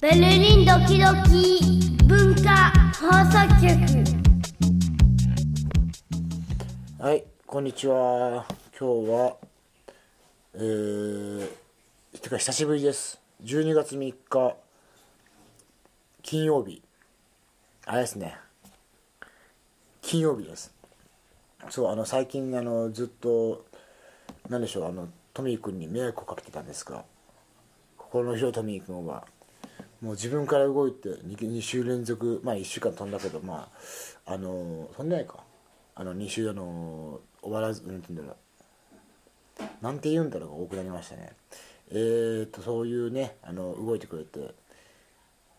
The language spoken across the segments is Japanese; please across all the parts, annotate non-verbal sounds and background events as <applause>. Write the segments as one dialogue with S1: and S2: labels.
S1: ベルリンドキドキ文化放送局
S2: はい、こんにちは。今日は、えー、てか久しぶりです。12月3日、金曜日。あれですね。金曜日です。そう、あの、最近、あの、ずっと、なんでしょう、あの、トミー君に迷惑をかけてたんですが、心の広いトミー君は、もう自分から動いて 2, 週連続まあ1週間飛んだけどまああの飛んでないかあの2週あの終わらずなんて言うんだろうなんて言うんだろうが多くなりましたねえー、とそういうねあの動いてくれて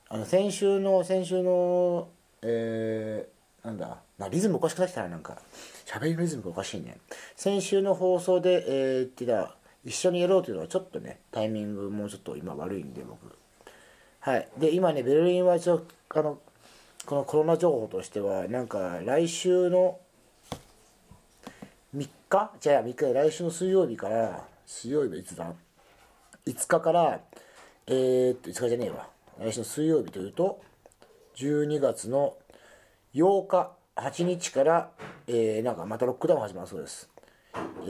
S2: あの先週の先週のえー、なんだなリズムおかしくなってきたななんか喋りのリズムがおかしいね先週の放送でえー、ってだ一緒にやろうというのはちょっとねタイミングもうちょっと今悪いんで僕はい、で今ねベルリンは一応あのこのコロナ情報としてはなんか来週の3日じゃあ3日来週の水曜日から水曜日はいつだ5日からえー、っと5日じゃねえわ来週の水曜日というと12月の8日8日から、えー、なんかまたロックダウン始まるそうです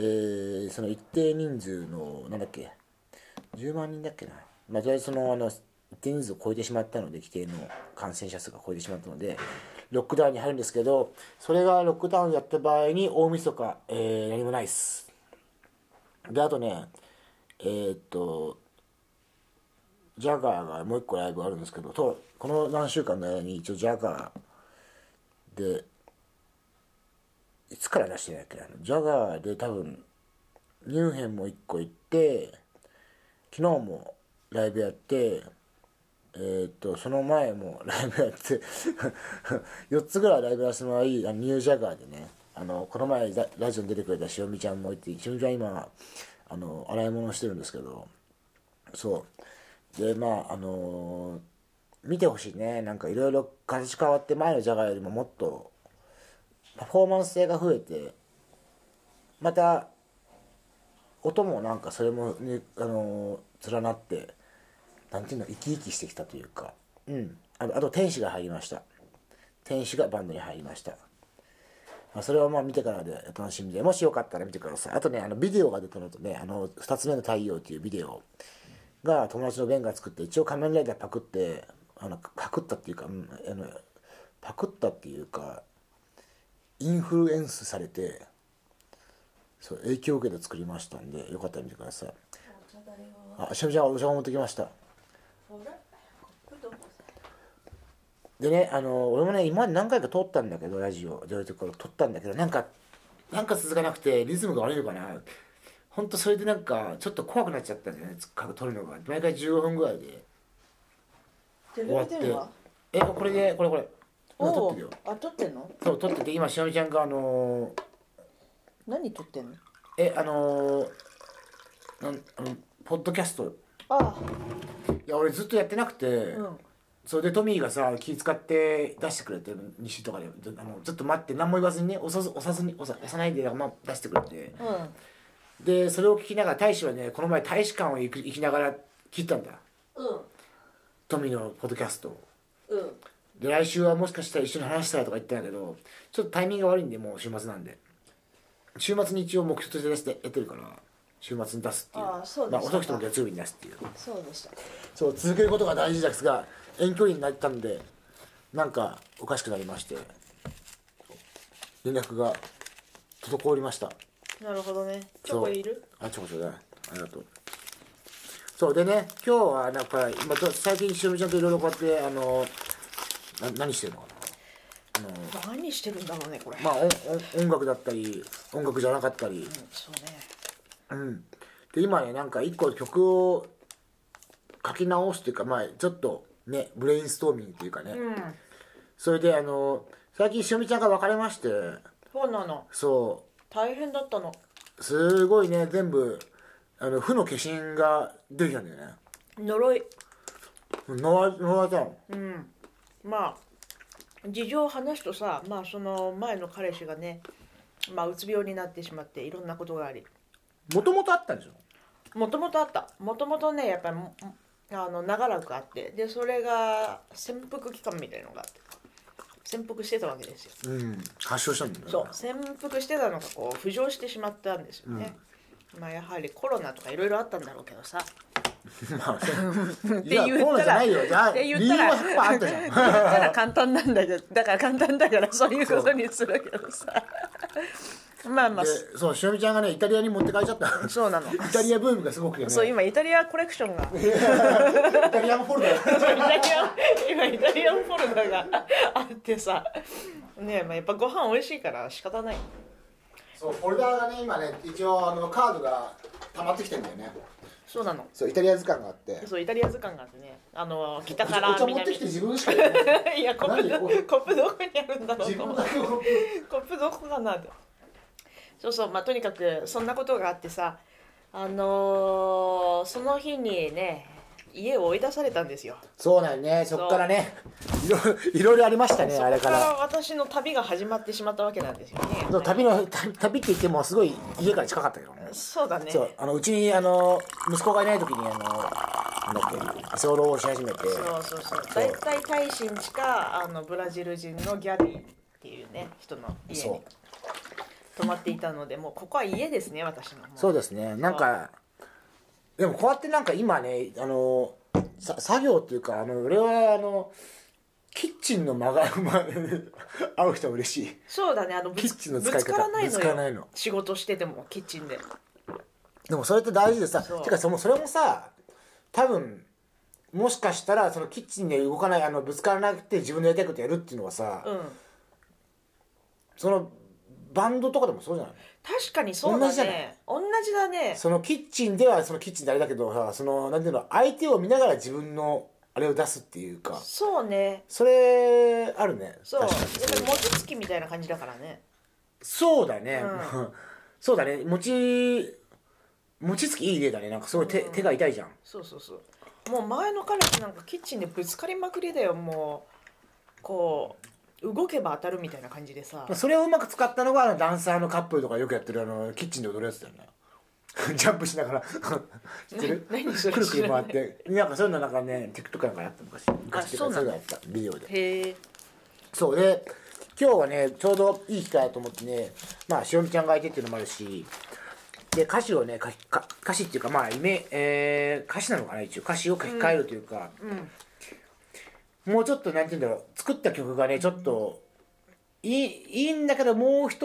S2: えー、その一定人数のなんだっけ10万人だっけな、まあ、とりあえずそのあの一定人数を超えてしまったので規定の感染者数が超えてしまったのでロックダウンに入るんですけどそれがロックダウンやった場合に大晦日えー、何もないっすであとねえー、っとジャガーがもう一個ライブあるんですけどとこの何週間の間に一応ジャガーでいつから出してないっけなジャガーで多分ニュンヘンも一個行って昨日もライブやってえーっとその前も <laughs> ライブやって4つぐらいライブやらせてもらいあのニュージャガーでねあのこの前ララジオに出てくれたしおみちゃんもいてしおみちゃん今あの洗い物してるんですけどそうでまああのー見てほしいねなんかいろいろ形変わって前のジャガーよりももっとパフォーマンス性が増えてまた音もなんかそれも、ね、あのー連なってなんていうの生き生きしてきたというかうんあとあと天使が入りました天使がバンドに入りました、まあ、それはまあ見てからでお楽しみでもしよかったら見てくださいあとねあのビデオが出たのとね「あの2つ目の太陽」というビデオが友達のベンが作って一応仮面ライダーパクってあのパクったっていうか、うんあのパクったっていうかインフルエンスされてそう影響を受けて作りましたんでよかったら見てくださいあしゃぶちゃんお茶を持ってきましたでねあの俺もね今まで何回か撮ったんだけどラジオどういうところ撮ったんだけどなんかなんか続かなくてリズムが悪いのかなほんとそれでなんかちょっと怖くなっちゃったんだよねつ撮るのが毎回15分ぐらいで
S3: テ
S2: 終わ
S3: レ
S2: っ
S3: ビ
S2: て
S3: 電話
S2: えこれでこれこれ今撮っ
S3: お
S2: てるよ
S3: あ撮ってんの
S2: そう撮ってて今しおみちゃんがあのー
S3: 何撮ってんの
S2: えあのーなんあのポッドキャスト
S3: あ
S2: いや俺ずっとやってなくて、
S3: うん
S2: それでトミーがさ気使って出してくれて西とかでずあのちょっと待って何も言わずにね押さず押さずに押さ押さないで、まあ、出してくれて
S3: うん
S2: でそれを聞きながら大使はねこの前大使館を行く行きながら聞いたんだ
S3: うん
S2: トミーのポッドキャストを
S3: うん
S2: で来週はもしかしたら一緒に話したいとか言ってたんだけどちょっとタイミングが悪いんでもう週末なんで週末に一応目標として出してやってるから週末に出すっていう
S3: あーそうで
S2: ま
S3: し
S2: あ
S3: たか
S2: 遅くとも月曜日に出すっていう
S3: そうでした
S2: そう続けることが大事ですが遠距離になったんでなんかおかしくなりまして連絡が滞りました
S3: なるほどねチョ
S2: そ
S3: コ
S2: う
S3: いる
S2: あチョコちょうだいありがとうそうでね今日はなんか今ちょ最近しおみちゃんといろいろこうやってあのな何してるのかなあの
S3: 何してるんだろうねこれ
S2: まあ音音音楽だったり音楽じゃなかったり、
S3: そうね
S2: うん、で今ねなんか一個曲を書き直すというかまあちょっとねブレインストーミングというかね、
S3: うん
S2: それであの最近しおみちゃんが別れまして
S3: そうなの
S2: そ
S3: 大変だったの
S2: うすごいね全部あの負の化身が出てきたんだよね
S3: 呪い
S2: ノアノアちゃん
S3: うんまあ事情を話すとさまあその前の彼氏がねまあうつ病になってしまっていろんなことがあり
S2: もともとあったんでしょ
S3: もともとあったもともとねやっぱりもあの長らくあってでそれが潜伏期間みたいのがあって潜伏してたわけですよ
S2: うん、発症したんだよね
S3: そう潜伏してたのがこう浮上してしまったんですよね、まあやはりコロナとかいろいろあったんだろうけどさ
S2: まあ、
S3: <laughs> って言ったら
S2: いやコロナじゃないよじゃあ
S3: って言
S2: 理
S3: った
S2: 由
S3: ら
S2: は100%あったじゃん
S3: だから簡単なんだけどだから簡単だからそういうことにするけどさま <laughs> あまあ
S2: でそうしおみちゃんがねイタリアに持って帰っちゃった
S3: そうなの
S2: イタリアブームがすごくよね
S3: そう今イタリアコレクションがイ
S2: イタリアンフォルダ
S3: タリア今イタリアンフォルダがあってさねえ、まあ、やっぱご飯美味しいから仕方ない
S2: そうフォルダがね今ね一応あのカードが溜まってきてんだよね
S3: そうなの
S2: そうイタリア図鑑があって
S3: そうイタリア図鑑があってねあの北
S2: お
S3: か
S2: 茶お
S3: ら
S2: 茶持って
S3: 南
S2: きて自分しかやら
S3: <laughs>
S2: ない
S3: いやコップど
S2: 何こ
S3: コ
S2: れ
S3: ップどこにあるんだろう
S2: 自
S3: と思
S2: 分
S3: って
S2: だけを
S3: コップどこかなってそうそうまあとにかくそんなことがあってさあのーその日にね家を追い出されたんですよ
S2: そうなんねそっからねいろいろいろありましたね
S3: そ
S2: あれ
S3: こか
S2: からら
S3: 私の旅が始まってしまったわけなんですよね
S2: そう旅の旅旅って言ってもすごい家から近かったけどね
S3: そうだね
S2: そうあのうちにあの息子がいない時にあのなんだっけ居候をし始めて
S3: そうそうそう大体タイ人しかあのブラジル人のギャビーっていうね人の家に
S2: そう
S3: 泊まっていたのでもうここは家ですね私のも
S2: そうですねなんかでもこうやってなんか今ねあのさ作業っていうかあの俺はあのキッチンの間がうま合う人は嬉しい
S3: そうだねあのぶ
S2: キ
S3: つ
S2: ッチンの
S3: ぶ
S2: 使い
S3: つ
S2: 方
S3: からない
S2: ぶ
S3: の
S2: つからない
S3: よ
S2: の
S3: 仕事しててもキッチンで
S2: でもそれって大事でさ
S3: そう
S2: てかそのそれもさ多分もしかしたらそのキッチンで動かないあのぶつからなくて自分のやりたいことやるっていうのはさ、
S3: うん
S2: そのバンドとかでもそうじゃない
S3: 確かにそうだ
S2: 同じじゃな
S3: ね同じだね
S2: そのキッチンではそのキッチンであれだけどさそのなんていうの相手を見ながら自分のあれを出すっていうか
S3: そうね
S2: それあるね
S3: そうやっ
S2: 確
S3: ぱ
S2: かに
S3: り餅つきみたいな感じだからね
S2: そうだね、
S3: う
S2: <laughs> そうだね餅餅つきいい例だねなんかすごい手,、手が痛いじゃん
S3: そうそうそうもう前の彼氏なんかキッチンでぶつかりまくりだよもうこう動けば当たるみたいな感じでさ
S2: それをうまく使ったのがあのダンサーのカップルとかよくやってるあのキッチンで踊るやつだよね <laughs> ジャンプしながら <laughs> 知って <laughs> る
S3: <laughs> 何それ
S2: くるく
S3: 知
S2: る
S3: らな
S2: 回
S3: い
S2: ってなんかそういうのなんかね TikTok なんかやった昔昔ってい
S3: そう
S2: か
S3: う
S2: そうんいう
S3: なだ
S2: のやったビデオで
S3: へえ
S2: そうで今日はねちょうどいい機会だと思ってねまあしおみちゃんが相手っていうのもあるしで歌詞をね書きか歌詞っていうかまあイメ、えー歌詞なのかな一応歌詞を書き換えるというか、もうちょっとなんて言うんだろう作った曲がねちょっといいいいんだけどもう一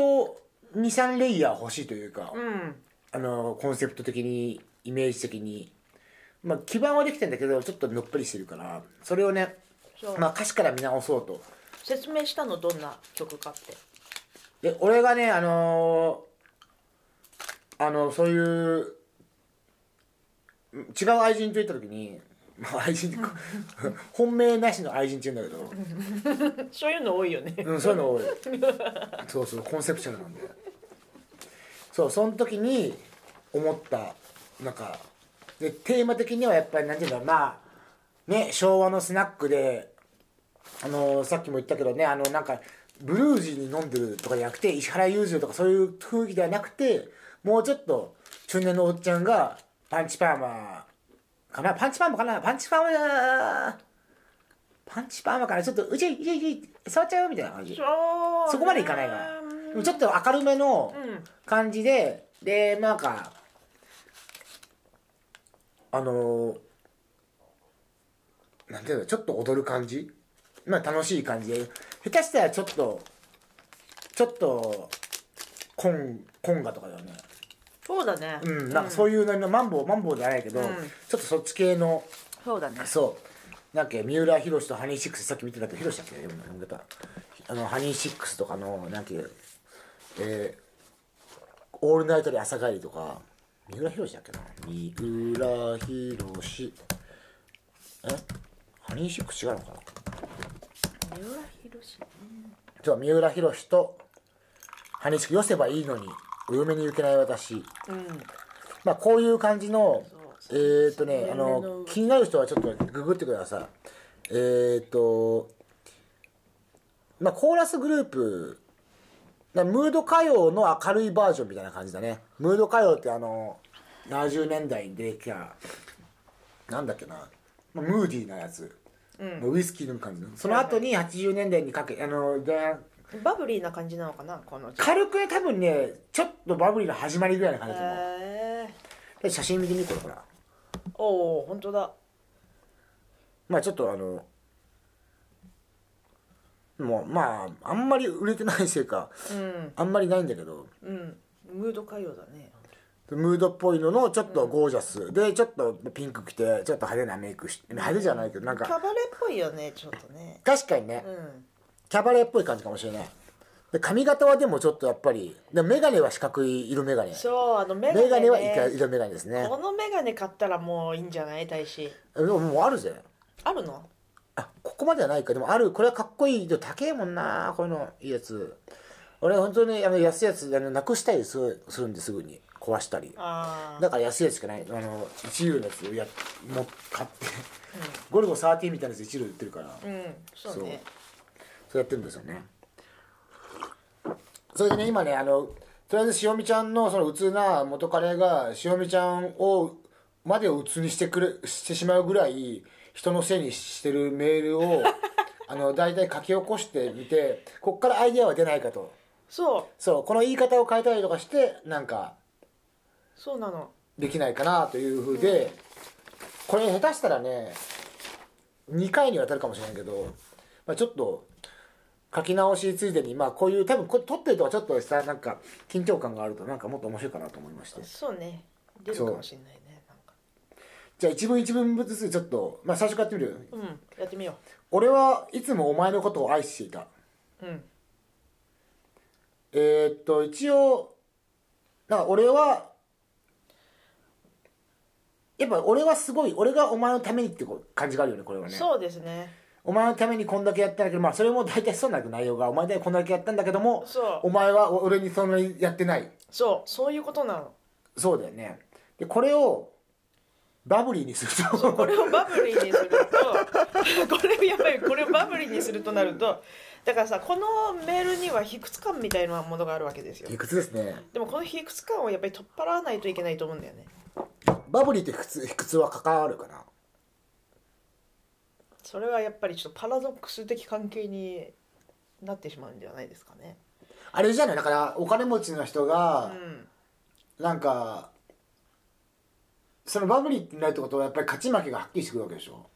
S2: 23レイヤー欲しいというか、
S3: うん
S2: あのコンセプト的にイメージ的に、まあ、基盤はできてんだけどちょっとのっぷりしてるからそれをね
S3: そう、
S2: まあ、歌詞から見直そうと。
S3: 説明したのどんな曲かって
S2: で俺がねあのーあのそういううん違う愛人と言った時にまあ愛人
S3: <laughs>
S2: ってか本命なしの愛人って言うんだ
S3: <laughs> そういうの多いよね
S2: けど、うん、そういうの多いそうそうコンセプチュアルなんでそうその時に思ったなんかでテーマ的にはやっぱり何て言うんだろうまあね昭和のスナックであのさっきも言ったけどねあのなんかブルージーに飲んでるとかじゃなくて石原裕次郎とかそういう雰囲気ではなくてもうちょっと中年のおっちゃんがパンチパーマかなパンチパーマかなパンチパーマだパンチパーマからちょっとうちいうちいうちい触っちゃうよみたいな感じ
S3: そう
S2: そこまでいかないかな
S3: うん
S2: でもちょっと明るめの
S3: うん
S2: 感じで、でなんかあのーなんていうのちょっと踊る感じまあ楽しい感じで下手したらちょっとちょっとコンコンガとかだよね
S3: そうだね
S2: うんなんかそういうの、マンボウマンボウじゃないけど、
S3: うん
S2: ちょっとそっち系の
S3: そうだね
S2: そうなんか三浦宏とハニーシックスさっき見てたけど宏だっけ読むの読み方あのハニーシックスとかのなんていうえーオールナイトで朝帰りとか三浦宏だっけな三浦宏えハニーシックス違うのかな
S3: 三浦宏
S2: そう三浦宏とハニーシックス寄せばいいのにお嫁に行けない私
S3: うん
S2: まあこういう感じのえ
S3: そ
S2: ーっとねあ
S3: 年齢
S2: の
S3: の
S2: 気になる人はちょっとググってくださいえーっとまあコーラスグループなムード歌謡の明るいバージョンみたいな感じだねムード歌謡ってあの70年代にできたなんだっけなまあ、ムーディーなやつ、
S3: うん、
S2: ウイスキー飲む感じのその後に80年代にかけあので
S3: バブリーな感じなのかなこの
S2: 軽くね多分ねちょっとバブリーの始まりぐらいな感じだと思う
S3: へえ
S2: で写真見てみこれほら
S3: おお本当だ
S2: まあちょっとあのもうまああんまり売れてないせいか
S3: うん
S2: あんまりないんだけど
S3: うんムード歌謡だね
S2: ムードっぽいののちょっとゴージャス、でちょっとピンク着てちょっと派手なメイクして派手じゃないけどなん
S3: キャ
S2: か
S3: バレっぽいよねちょっとね
S2: 確かにね、
S3: うん
S2: キャバレーっぽい感じかもしれないで髪型はでもちょっとやっぱりでも眼鏡は四角い色眼鏡
S3: そうあのメガ
S2: 眼
S3: ネ,、
S2: 鏡
S3: ね、
S2: は色眼鏡ですね
S3: このメガネ買ったらもういいんじゃない大使
S2: でももうあるぜ
S3: あるの
S2: あここまではないかでもあるこれはかっこいいでも高えもんなこういうのいいやつ俺本当にあの安いやつあのなくしたりするするんですぐに壊したり
S3: ああ
S2: だから安いやつしかないあの1ユーロのやつをやもう買って、ゴルゴ13みたいなやつ1ユーロ売ってるから、
S3: うんそうね
S2: そうやってるんですよねそれでね今ねあのとりあえずしおみちゃんのそのうつな元カレがしおみちゃんをまでをうつにしてくれしてしまうぐらい人のせいにしてるメールをあの大体書き起こしてみてこっからアイデアは出ないかと
S3: そう
S2: そうこの言い方を変えたりとかしてなんか
S3: そうなの
S2: できないかなというふうで、これ下手したらね2回にわたるかもしれないけど、まあ、ちょっと書き直しついでにまあこういう多分これ撮ってるとはちょっとさなんか緊張感があるとなんかもっと面白いかなと思いまして
S3: そうね出るかもしれないねなんか
S2: じゃあ一文一文ずつちょっと、まあ、最初からやってみる
S3: うんやってみよ
S2: 俺はいつもお前のことを愛していた
S3: ううん
S2: えーっと一応なんか俺はやっぱ俺はすごい俺がお前のためにってこう感じがあるよねこれはね
S3: そうですね
S2: お前のためにこんだけやったんだけど、まあ、それも大体そうなんだけど内容がお前のためにこんだけやったんだけども
S3: そう
S2: お前は俺にそんなにやってない
S3: そうそういうことなの
S2: そうだよねでこれをバブリーにすると
S3: これをバブリーにする <laughs> とこれをやっぱりこれをバブリーにするとなるとだからさこのメールには卑屈感みたいなものがあるわけですよ
S2: いくつですね
S3: でもこの卑屈感をやっぱり取っ払わないといけないと思うんだよね
S2: バブリーっていくついくつは関わるかな
S3: それはやっぱりちょっとパラドックス的関係になってしまうんじゃないですかね
S2: あれじゃないだからお金持ちの人
S3: う
S2: が
S3: ん
S2: なんか、そのバブリーになるってことはやっぱり勝ち負けがはっきりしてくるわけでしょ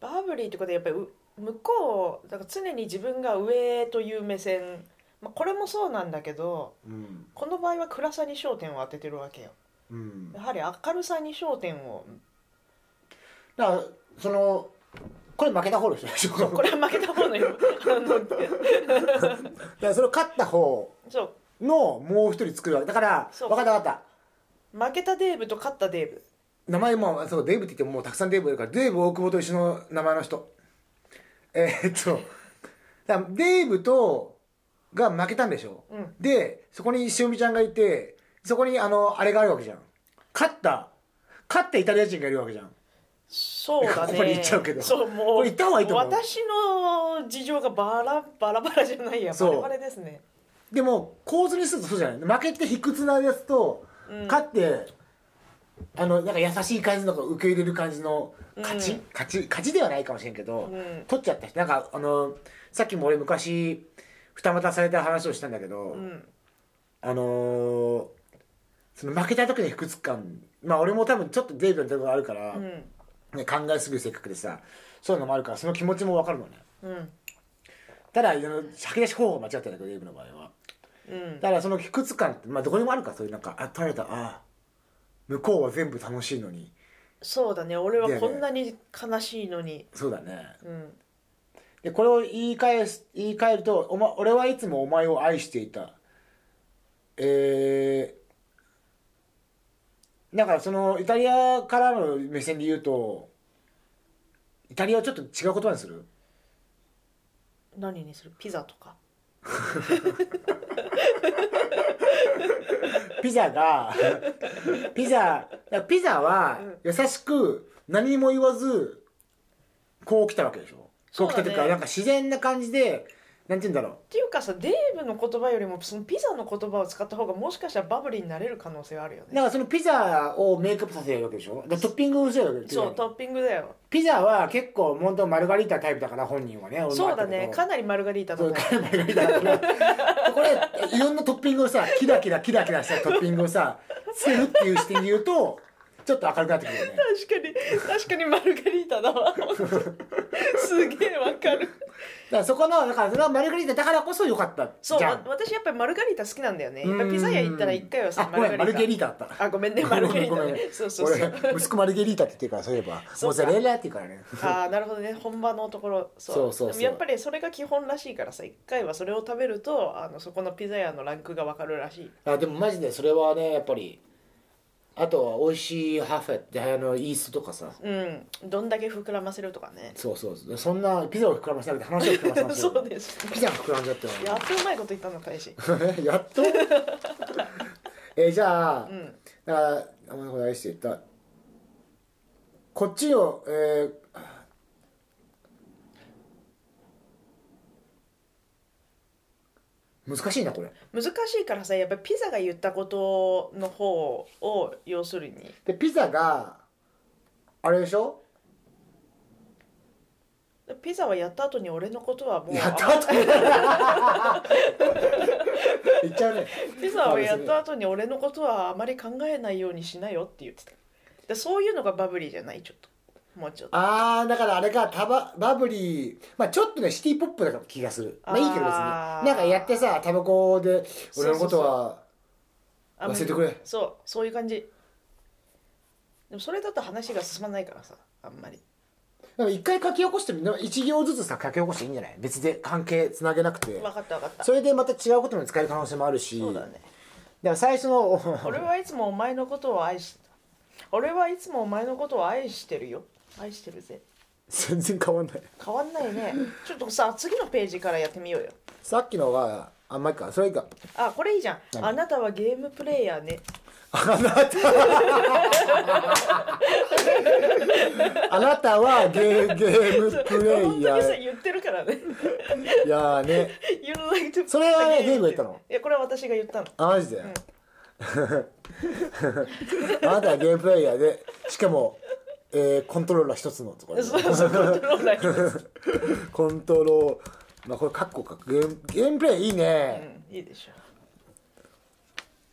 S3: バブリーってことはやっぱりう向こうだから常に自分が上という目線、まあ、これもそうなんだけど
S2: うん
S3: この場合は暗さに焦点を当ててるわけよ
S2: うん
S3: やはり明るさに焦点を
S2: だからそのこれ負けた方の人でしょ
S3: これは負けた方のよ <laughs> あの
S2: だからそれを勝った方
S3: そう
S2: のもう一人作るわけだから
S3: そう
S2: 分かった分かった
S3: 負けたデーブと勝ったデーブ
S2: 名前もそうデーブって言ってももうたくさんデーブいるからデーブ大久保と一緒の名前の人えーっとだからデーブとが負けたんでしょ、
S3: うん
S2: でそこにしおみちゃんがいてそこにあのあれがあるわけじゃん勝った勝ったイタリア人がいるわけじゃん
S3: そうだね
S2: ここに行っちゃうけど
S3: そうも
S2: こ
S3: う
S2: れ行った方がいいと思う
S3: 私の事情がバラバラバラじゃないや
S2: そ
S3: バ
S2: う
S3: ラバラですね
S2: でも構図にするとそうじゃない負けて卑屈なやつと、勝ってあのなんか優しい感じの受け入れる感じの勝ち、
S3: うん
S2: 勝ち勝ちではないかもしれんけど、
S3: ん
S2: 取っちゃった人なんかあのさっきも俺昔二股された話をしたんだけど、
S3: うん
S2: あのーその負けた時の卑屈感まあ俺も多分ちょっとデーブのところあるから、
S3: う
S2: ね、
S3: ん
S2: 考えすぎる性格でさそういうのもあるからその気持ちも分かるのね
S3: うん
S2: ただあの吐き出し方法が間違ってたけどデーブの場合は。
S3: うん
S2: だからその卑屈感って、まあ、どこにもあるからそういうなんかあ取られたああ向こうは全部楽しいのに
S3: そうだね俺はこんなに悲しいのに、
S2: そうだね
S3: うん
S2: でこれを言い返す言い換えるとお、ま「俺はいつもお前を愛していた」えー、だからそのイタリアからの目線で言うとイタリアをちょっと違う言葉にする
S3: 何にするピザとか
S2: ピザが <laughs> ピザピザは優しく何も言わずこう来たわけでしょこう来たという
S3: そうだ
S2: か
S3: ね
S2: なんか自然な感じでなんて言うんだろ
S3: っていうかさデーブの言葉よりもそのピザの言葉を使った方がもしかしたらバブリーになれる可能性はあるよ
S2: うだ
S3: ね
S2: からそのピザをメイクアップさせるわけでしょだからトッピングをするわけでしょ
S3: そうトッピングだよ
S2: ピザは結構本当マルガリータタイプだから本人はね俺も
S3: そうだ
S2: 会っ
S3: ね
S2: たけど
S3: かなりマルガリータだ
S2: そう
S3: ね
S2: 彼もいるんだからこれいろんなトッピングをさキラキラキラキラしたトッピングを
S3: <laughs>
S2: さつけるっていう視点で言うとちょっと明るくなってくるよね
S3: 確かに確かにマルガリータだ
S2: <laughs>
S3: わ本当にすげえわかる
S2: だからそこのだからそれはマルガリータだからこそ良かった
S3: そう
S2: じゃ
S3: わ
S2: ん
S3: 私やっぱりマルガリータ好きなんだよねやっぱりピザ屋行ったら一回は
S2: あ
S3: さ
S2: ごめんマルゲリー
S3: タ
S2: タだった
S3: あごめんねマルゲリー
S2: ご
S3: タ
S2: めんご
S3: ね
S2: めん
S3: そうそうそう
S2: 俺息子マルゲリータって言ってるからそういえば
S3: そ
S2: モ
S3: うか
S2: ザレラって言うからね
S3: ああなるほどね本場のところそう
S2: そうそうそう
S3: でもやっぱりそれが基本らしいからさ一回はそれを食べるとあのそこのピザ屋のランクがわかるらしい
S2: <laughs> あでもマジでそれはねやっぱりあとは美味しいハーフェってあのイーストとかさ
S3: うんどんだけ膨らませるとかね
S2: そうそうそうそんなピザを膨らませなくて話を膨らませなくて
S3: <laughs> そうです
S2: ピザが膨らんじゃっても
S3: やっとうまいこと言ったの大使
S2: <laughs> やっとえーじゃあ、
S3: ん
S2: だからあごめんごめん愛して言ったこっちをえー難しいなこれ
S3: 難しいからさやっぱりピザが言ったことの方を要するに
S2: でピザがあれでしょ
S3: ピザはやった後に俺のことはもう
S2: やった後 <laughs> に言っちゃうね
S3: ピザをやった後に俺のことはあまり考えないようにしなよって言ってたでそういうのがバブリーじゃないちょっともうちょっと
S2: あーだからあれがタババブリー、まあ、ちょっとねシティポップな気がするまあいいけど別に
S3: あー
S2: なんかやってさタバコで
S3: そ
S2: 俺
S3: うそうそう
S2: のことは
S3: あ
S2: 忘れてくれ
S3: そうそういう感じでもそれだと話が進まないからさあんまり
S2: でも一回書き起こしてみる一行ずつさ書き起こしていいんじゃない別で関係つなげなくて
S3: 分かった分かった
S2: それでまた違うことにも使える可能性もあるし
S3: そうだね
S2: でも最初の
S3: 俺はいつもお前のことを愛してた俺はいつもお前のことを愛してるよ愛してるぜ
S2: 全然変わんない
S3: 変わんない
S2: <laughs>
S3: ねちょっとさ次のページからやってみようよ
S2: さっきのはあんまりかそれいいか
S3: あこれいいじゃんあなたはゲームプレイヤーね
S2: あなたあなたはゲーゲームプレ
S3: 本
S2: イ
S3: 当
S2: ヤ
S3: にさ
S2: ー
S3: 言ってるか
S2: <laughs>
S3: らね
S2: いやーね
S3: You like to
S2: それはね
S3: play
S2: ゲームやったの
S3: いやこれは私が言ったの
S2: あマジ <laughs> で、あなたはゲームプレイヤーでしかも、えーコントローラー一つのところ
S3: そうそうコント
S2: <laughs>
S3: ローラーに
S2: コントローまあこれカッコかゲームゲームプレイいいね、
S3: うんいいでしょ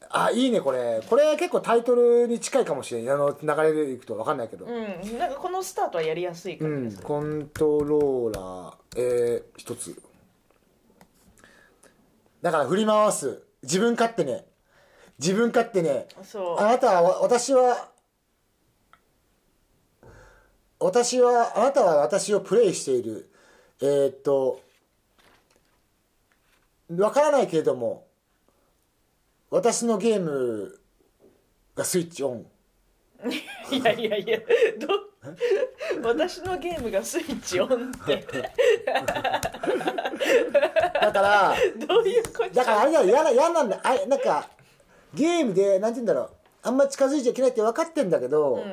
S2: あいいねこれこれ結構タイトルに近いかもしれないあの流れでいくと分かんないけど、
S3: うんなんかこのスタートはやりやすい感じ
S2: う
S3: で
S2: ん
S3: する、
S2: コントローラー、えー、一つ。だから振り回す。自分勝手ね。自分勝手ね。
S3: そう
S2: あなたはわ、私は、私は、あなたは私をプレイしている。えーっと、わからないけれども、私のゲームがスイッチオン。
S3: いやいやいやど <laughs> 私のゲームがスイッチオンって
S2: だから、
S3: どういうこと
S2: だからあれだよ嫌な嫌なんだあなんかゲームでなんて言うんだろうあんま近づいちゃいけないって分かってんだけど、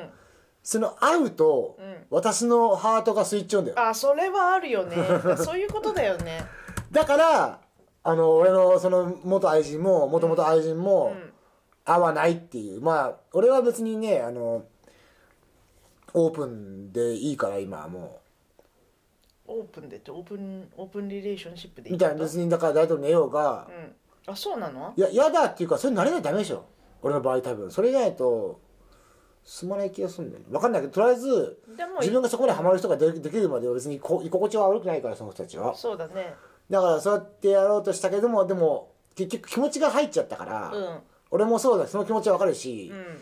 S2: その会うと、私のハートがスイッチオンだよ
S3: あそれはあるよねそういうことだよね
S2: だからあの俺のその元愛人も元々愛人も会わないっていうまあ俺は別にねあのオープンでいいから今はも
S3: オープンでってオープンオープンリレーションシップで
S2: うみたいな
S3: の
S2: 別にだから誰と寝ようが、
S3: うんあそうなの
S2: いや嫌だっていうかそれ慣れないとダメでしょ俺の場合多分それじゃないと進まない気がするんだよね分かんないけどとりあえず
S3: でも
S2: 自分がそこまでハマる人がでできるまでは別にこ居心地は悪くないからその人たちは
S3: そうだね
S2: だからそうやってやろうとしたけどもでも結局気持ちが入っちゃったから、
S3: うん
S2: 俺もそうだその気持ちは分かるし、
S3: うん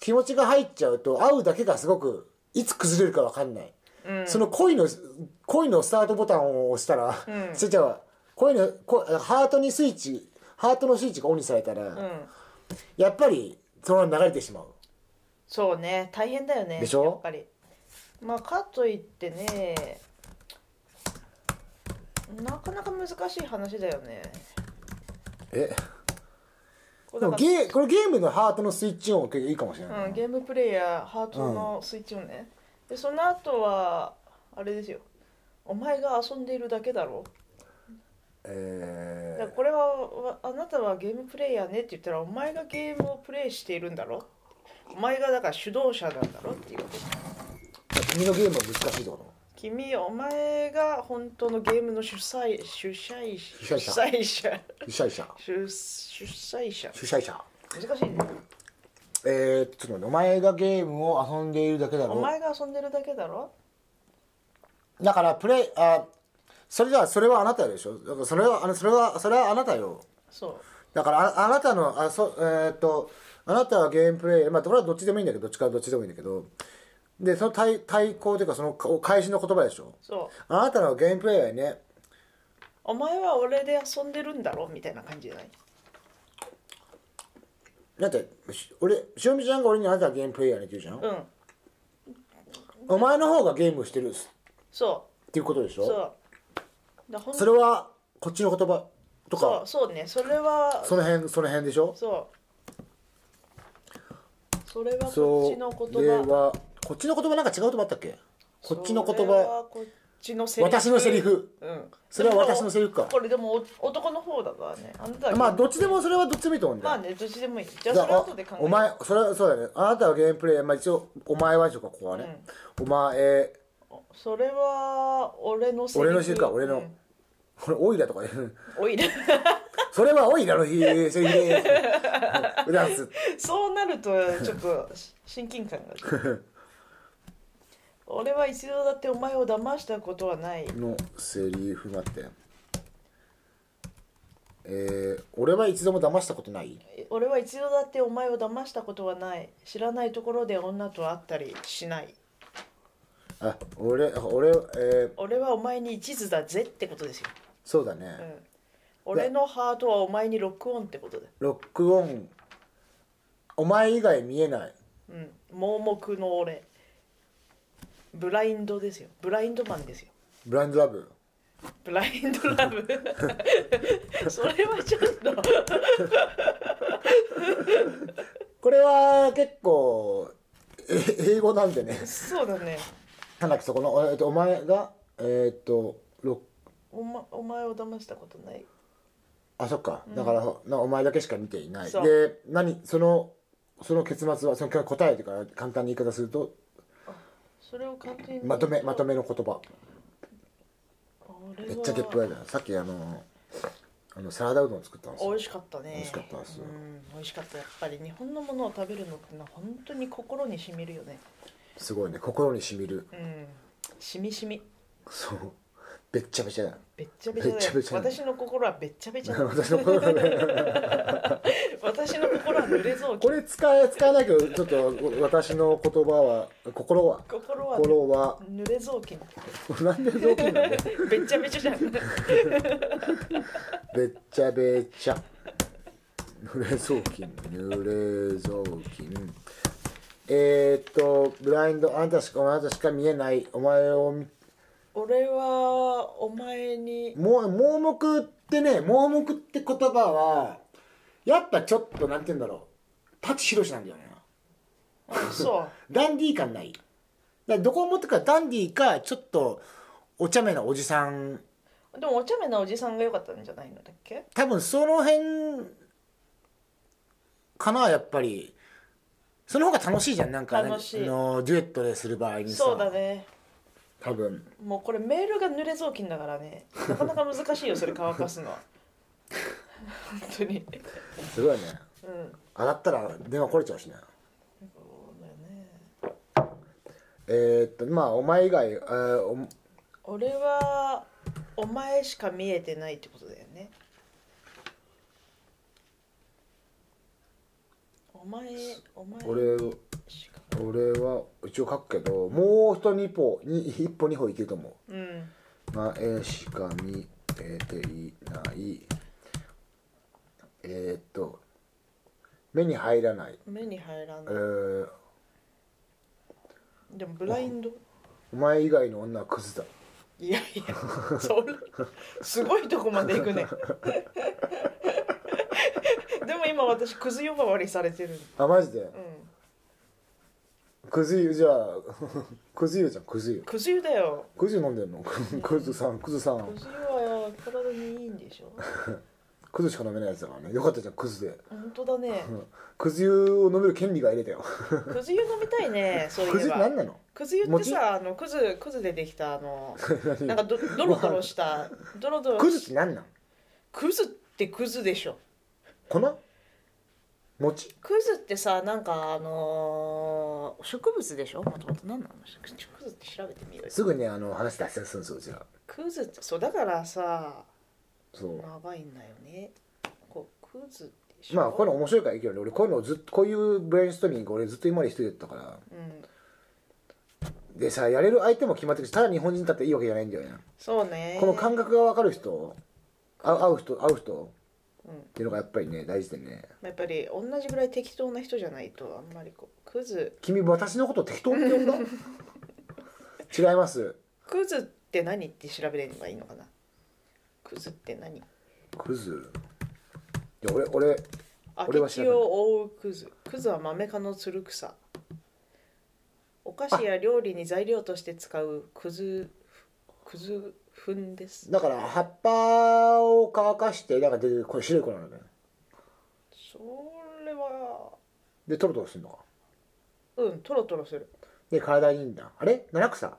S2: 気持ちが入っちゃうと会うだけがすごくいつ崩れるか分かんない、
S3: うん
S2: その恋の恋のスタートボタンを押したら、
S3: うん
S2: それじゃあ恋のこハートにスイッチハートのスイッチがオンにされたら、
S3: うん
S2: やっぱりそのまま流れてしまう
S3: そうね大変だよね
S2: でしょ
S3: やっぱりまあかといってねなかなか難しい話だよね
S2: え
S3: こ
S2: で
S3: れだ
S2: も
S3: から
S2: ゲーこれゲームのハートのスイッチオンは結構いいかもしれない、
S3: うん、ゲームプレイヤーハートのスイッチをね、でその後はあれですよお前が遊んでいるだけだろ
S2: え
S3: だからこれはわあなたはゲームプレイヤーねって言ったらお前がゲームをプレイしているんだろお前がだから主導者なんだろっていうこと
S2: ー君のゲームは難しいってこ
S3: 君お前が本当のゲームの主催主催
S2: 主催者
S3: 催者
S2: と主催者
S3: 主主催者
S2: 主催者
S3: 難しいね
S2: えー、ちょっと待ってお前がゲームを遊んでいるだけだろ
S3: お前が遊んでるだけだろ
S2: だからプレイあそれじゃあそれはあなたよでしょだからそれはあのそれはそれはあなたよ
S3: そ
S2: だからああなたのあそえーっとあなたはゲームプレイまあこれはどっちでもいいんだけどどっちからどっちでもいいんだけどでその対対抗というかそのか返しの言葉でしょ
S3: うそう
S2: あなたのゲームプレイヤーにね
S3: お前は俺で遊んでるんだろみたいな感じじゃない
S2: だってし俺しおみちゃんが俺にあなたはゲームプレイヤーにって言うじゃん、
S3: うん
S2: お前の方がゲームしてるっす
S3: そ
S2: っていうことでし
S3: う
S2: ょ
S3: そうだほん
S2: それはこっちの言葉と
S3: そ
S2: か
S3: うそうねそれは
S2: その辺その辺でしょ
S3: そうそれはこっ
S2: そ
S3: ちの言
S2: れ
S3: 葉
S2: はこっちの言葉なんか違う言葉あったっけこっちの言
S3: それ
S2: 葉
S3: はこっちのセリフ
S2: 私のセリフ
S3: うん
S2: それは私のセリフか
S3: これでもお男の方だからねあなたは
S2: まあどっちでもそれはどっちでもいいと思うんだ
S3: ま
S2: よ、
S3: あねどっちでもいいじゃあ
S2: だ
S3: そ
S2: か
S3: れ
S2: ら
S3: 後で考え
S2: お前それはそうだねあなたはゲームプレイヤーまあ一応お前はとかここはね、お前
S3: それは俺のセリフ
S2: 俺のセリフか俺の、
S3: うん
S2: これオイラとかね
S3: おい <laughs> で
S2: それはオイラの日セリフです <laughs> ダンス
S3: そうなるとちょっと親近感が
S2: <laughs>
S3: 出る俺は一度だってお前を騙したことはない
S2: のセリフ待ってえー、俺は一度も騙したことない
S3: 俺は一度だってお前を騙したことはない知らないところで女と会ったりしない
S2: あ俺俺えー、
S3: 俺はお前に一途だぜってことですよ、
S2: そうだね、
S3: うん、俺のハートはお前にロックオンってことだ
S2: ロックオンお前以外見えない
S3: うん盲目の俺ブラインドですよブラインドマンですよ
S2: ブラインドラブ
S3: ブラインド
S2: <laughs>
S3: ラブそれはちょっと
S2: これは結構え英語なんでね <laughs>
S3: そうだね
S2: なんだっけそこの、えーっとお前がえーっとロ
S3: お,、ま、お前を騙したことない
S2: あそっかだから、なお前だけしか見ていない
S3: そう
S2: で何そのその結末はその答えというから簡単に言い方すると
S3: それを完全に
S2: まとめまとめの言葉
S3: 俺は
S2: めっちゃゲップが出たさっきあのあのサラダうどん作ったんです
S3: 美
S2: よ
S3: 味しかったね
S2: 美味しかったです
S3: うん美味しかったやっぱり日本のものを食べるのってのは本当に心にしみるよね
S2: すごいね心にしみる
S3: うんしみしみ
S2: そうべっちゃべちゃだ
S3: べっちゃべちゃだ
S2: べっちゃ
S3: よ
S2: べちゃ
S3: 私の心はべっちゃべちゃだよ
S2: <laughs> 私の心がね
S3: <laughs> 私の心は濡れそう
S2: これ使え使えないけどちょっと私の言葉は心は
S3: <laughs> 心は
S2: 心は <laughs>
S3: 濡れ雑巾
S2: なんで雑巾なんだよ
S3: べっちゃべち
S2: <laughs>
S3: ゃじゃん
S2: べっちゃべちゃ濡れ雑巾濡れ雑巾えー、っとブラインドあなたしかあなたしか見えないお前を見
S3: 俺はお前に
S2: もう盲目ってね盲目って言葉はやっぱちょっとなんて言うんだろう舘ひろしなんだよね
S3: あそう
S2: ダンディー感ないだからどこを持ってくかダンディーかちょっとお茶目なおじさん
S3: でもお茶目なおじさんが良かったんじゃないのだっけ
S2: 多分その辺かなやっぱりその方が楽しいじゃんなんかね
S3: 楽しい
S2: あのデュエットでする場合にさ
S3: そうだね
S2: 多分
S3: もうこれメールが濡れ雑巾だからねなかなか難しいよそれ乾かすの
S2: <laughs>
S3: は本当に
S2: すごいね
S3: うん
S2: 上がったら電話来れちゃうしね
S3: そうだよね
S2: えー、っとまあお前以外、えーお
S3: 俺はお前しか見えてないってことだよねお前お前
S2: 俺
S3: しか
S2: 俺は一応書くけどもう一二歩に一歩二歩いけると思う
S3: うん
S2: 前しか見えていないえー、っと目に入らない、
S3: 目に入ら
S2: え
S3: ない
S2: ー、
S3: でもブラインド
S2: お前以外の女はクズだ
S3: いやいやそれすごいとこまで
S2: <laughs>
S3: 行くねでも今私クズ呼ばわりされてる
S2: あマジで
S3: うん
S2: クズ湯じゃあ <laughs> クズ湯じゃんクズ湯
S3: クズ湯だよ
S2: <laughs> クズ湯飲んでんのクズさんクズさん
S3: クズ湯は体にいいんだよでしょ
S2: クズしか飲めないやつだからねよかったじゃんクズで
S3: 本当
S2: <laughs>
S3: だね
S2: クズ湯を飲める権利が得れたよ
S3: くず湯飲みたいねそうい
S2: クズ
S3: え
S2: って何
S3: ば
S2: なの <laughs>
S3: くず湯って
S2: 餅
S3: さあのくずくずでできたあのなん
S2: <laughs>
S3: かどドロドロしたドロドロ
S2: クズって何なの
S3: くずってくずでしょ
S2: 粉餅
S3: クズってさなんかあのー植物でしょもともと何なのクズって調べてみようよ
S2: すぐねあの話脱線するんですようちら
S3: クズってそうだからさ
S2: そう
S3: やばいんだよねこうクズでしょ
S2: まあこういうの面白いからいいけどね俺こういうのずっとこういうブレインストーミング俺ずっと今まで一人だったから
S3: うん、
S2: でさやれる相手も決まってるしただ日本人だっていいわけじゃないんだよね、
S3: そうね
S2: この感覚が分かる人あ合う人合う人
S3: うんま
S2: っていうのがやっぱりね大事でね
S3: あやっぱり同じぐらい適当な人じゃないとあんまりこうクズ
S2: 君私のこと適当って
S3: <laughs>
S2: 呼んだ違います
S3: クズって何って調べればいいのかなクズって何
S2: クズいや俺俺俺
S3: 空
S2: は調
S3: き地
S2: べない
S3: を覆うクズクズは豆科のつる草お菓子や料理に材料として使うクズクズ粉です
S2: だから葉っぱを乾かしてなんか出てくるこれ白い粉なのね
S3: それは
S2: でトロトロするのか
S3: うんトロトロする
S2: で体にいいんだあれ七草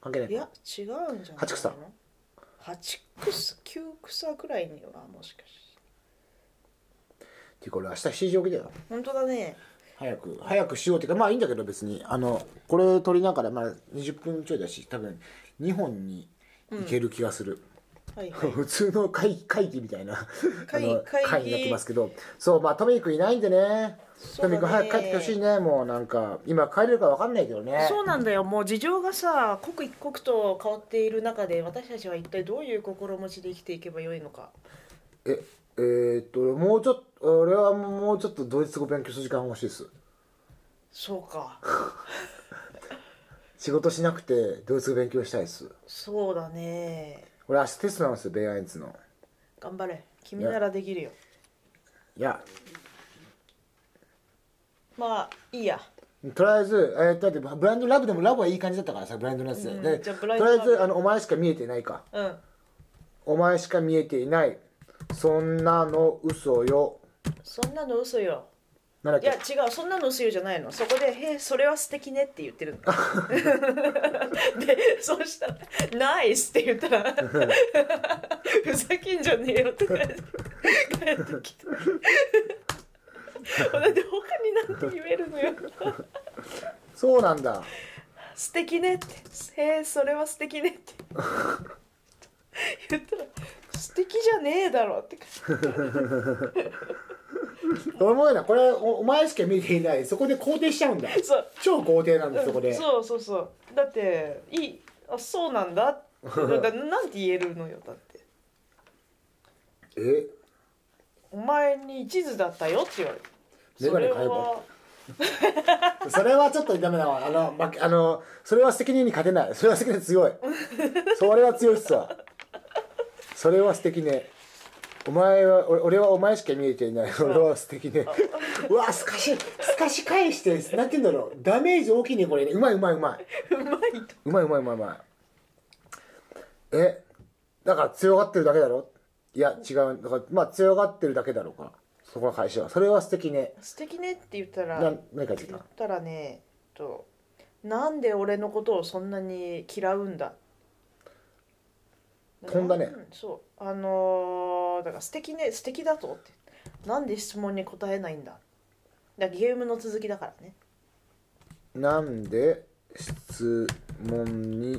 S2: 関係ない
S3: いや違うんじゃないの
S2: 八草
S3: 八草九草くらいにはもしかして
S2: ていうか俺明日7時起きだよ
S3: 本当だね
S2: 早く早くしようっていうかまあいいんだけど別にあのこれ撮りながらまあ20分ちょいだし多分2本にいける気がする、
S3: はいはい
S2: 普通の会会議みたいなあ
S3: <laughs> 会
S2: の
S3: 会議
S2: 会になってますけどそうまあトミー君いないんでね
S3: そ
S2: ト
S3: う
S2: ミ
S3: だね
S2: ー君早く帰ってきてほしいねもうなんか今帰れるか分かんないけどね
S3: そうなんだよもう事情がさ刻一刻と変わっている中で私たちは一体どういう心持ちで生きていけばよいのか
S2: ええーっと俺もうちょっと俺はもうちょっとドイツ語勉強する時間が欲しいです
S3: そうか
S2: 仕事しなくてドイツ語勉強したいです
S3: そうだね
S2: 俺明日テストなんですよベイアインツの
S3: 頑張れ君ならできるよ
S2: いや
S3: まあいいや
S2: とりあえず、えー、だってブランドラブでもラブはいい感じだったからさブランドのやつで,、
S3: うん
S2: でと
S3: じゃあブ
S2: り
S3: ラ
S2: あ
S3: ンドラ
S2: え
S3: ブ
S2: ずあのお前しか見えてないか
S3: うん
S2: お前しか見えていないそんなの嘘よ
S3: そんなの嘘よ
S2: なんだっ
S3: いや違
S2: け
S3: うそんなの嘘よじゃないのそこで「へえそれは素敵ね」って言ってるの <laughs> でそうしたら「ナイス」って言った <laughs> ら「ふざけんじゃねえよ」って帰って帰ってき <laughs> てだって他になんて言えるのよ
S2: そうなんだ
S3: 「素敵ね」って「へえそれは素敵ね」
S2: <laughs>
S3: って言ったら「素敵じゃねえだろ」って
S2: 俺もなこれおお前しか見えていないそこで肯定しちゃうんだ
S3: そう
S2: 超肯定なんですそこで
S3: そうそうそうだっていいあそうなんだだなんて言えるのよだって
S2: え
S3: お前に一途だったよって言われ
S2: メ
S3: る
S2: ガネ買えば
S3: は
S2: それはちょっとダメだわあの、ま、あのそれは責任に勝てないそれは責任強いそれは強いっすわそれは素敵ねお前は俺俺はお前しか見えていない俺は素敵ねうわすかしすかし返してなんて言うんだろうダメージ大きいねこれねうまいうまいうまいう
S3: まいと
S2: うまいうまいうまいうまいえだから強がってるだけだろいや違うだからまあ強がってるだけだろうかそこの会社はそれは素敵ね
S3: 素敵ねって言ったら
S2: な
S3: 言
S2: 何か言ってき
S3: ったたらねえっとなんで俺のことをそんなに嫌うんだ
S2: 飛んだね
S3: うそうあのーだから素敵ね素敵だとってなんで質問に答えないんだだからゲームの続きだからね
S2: なんで質問に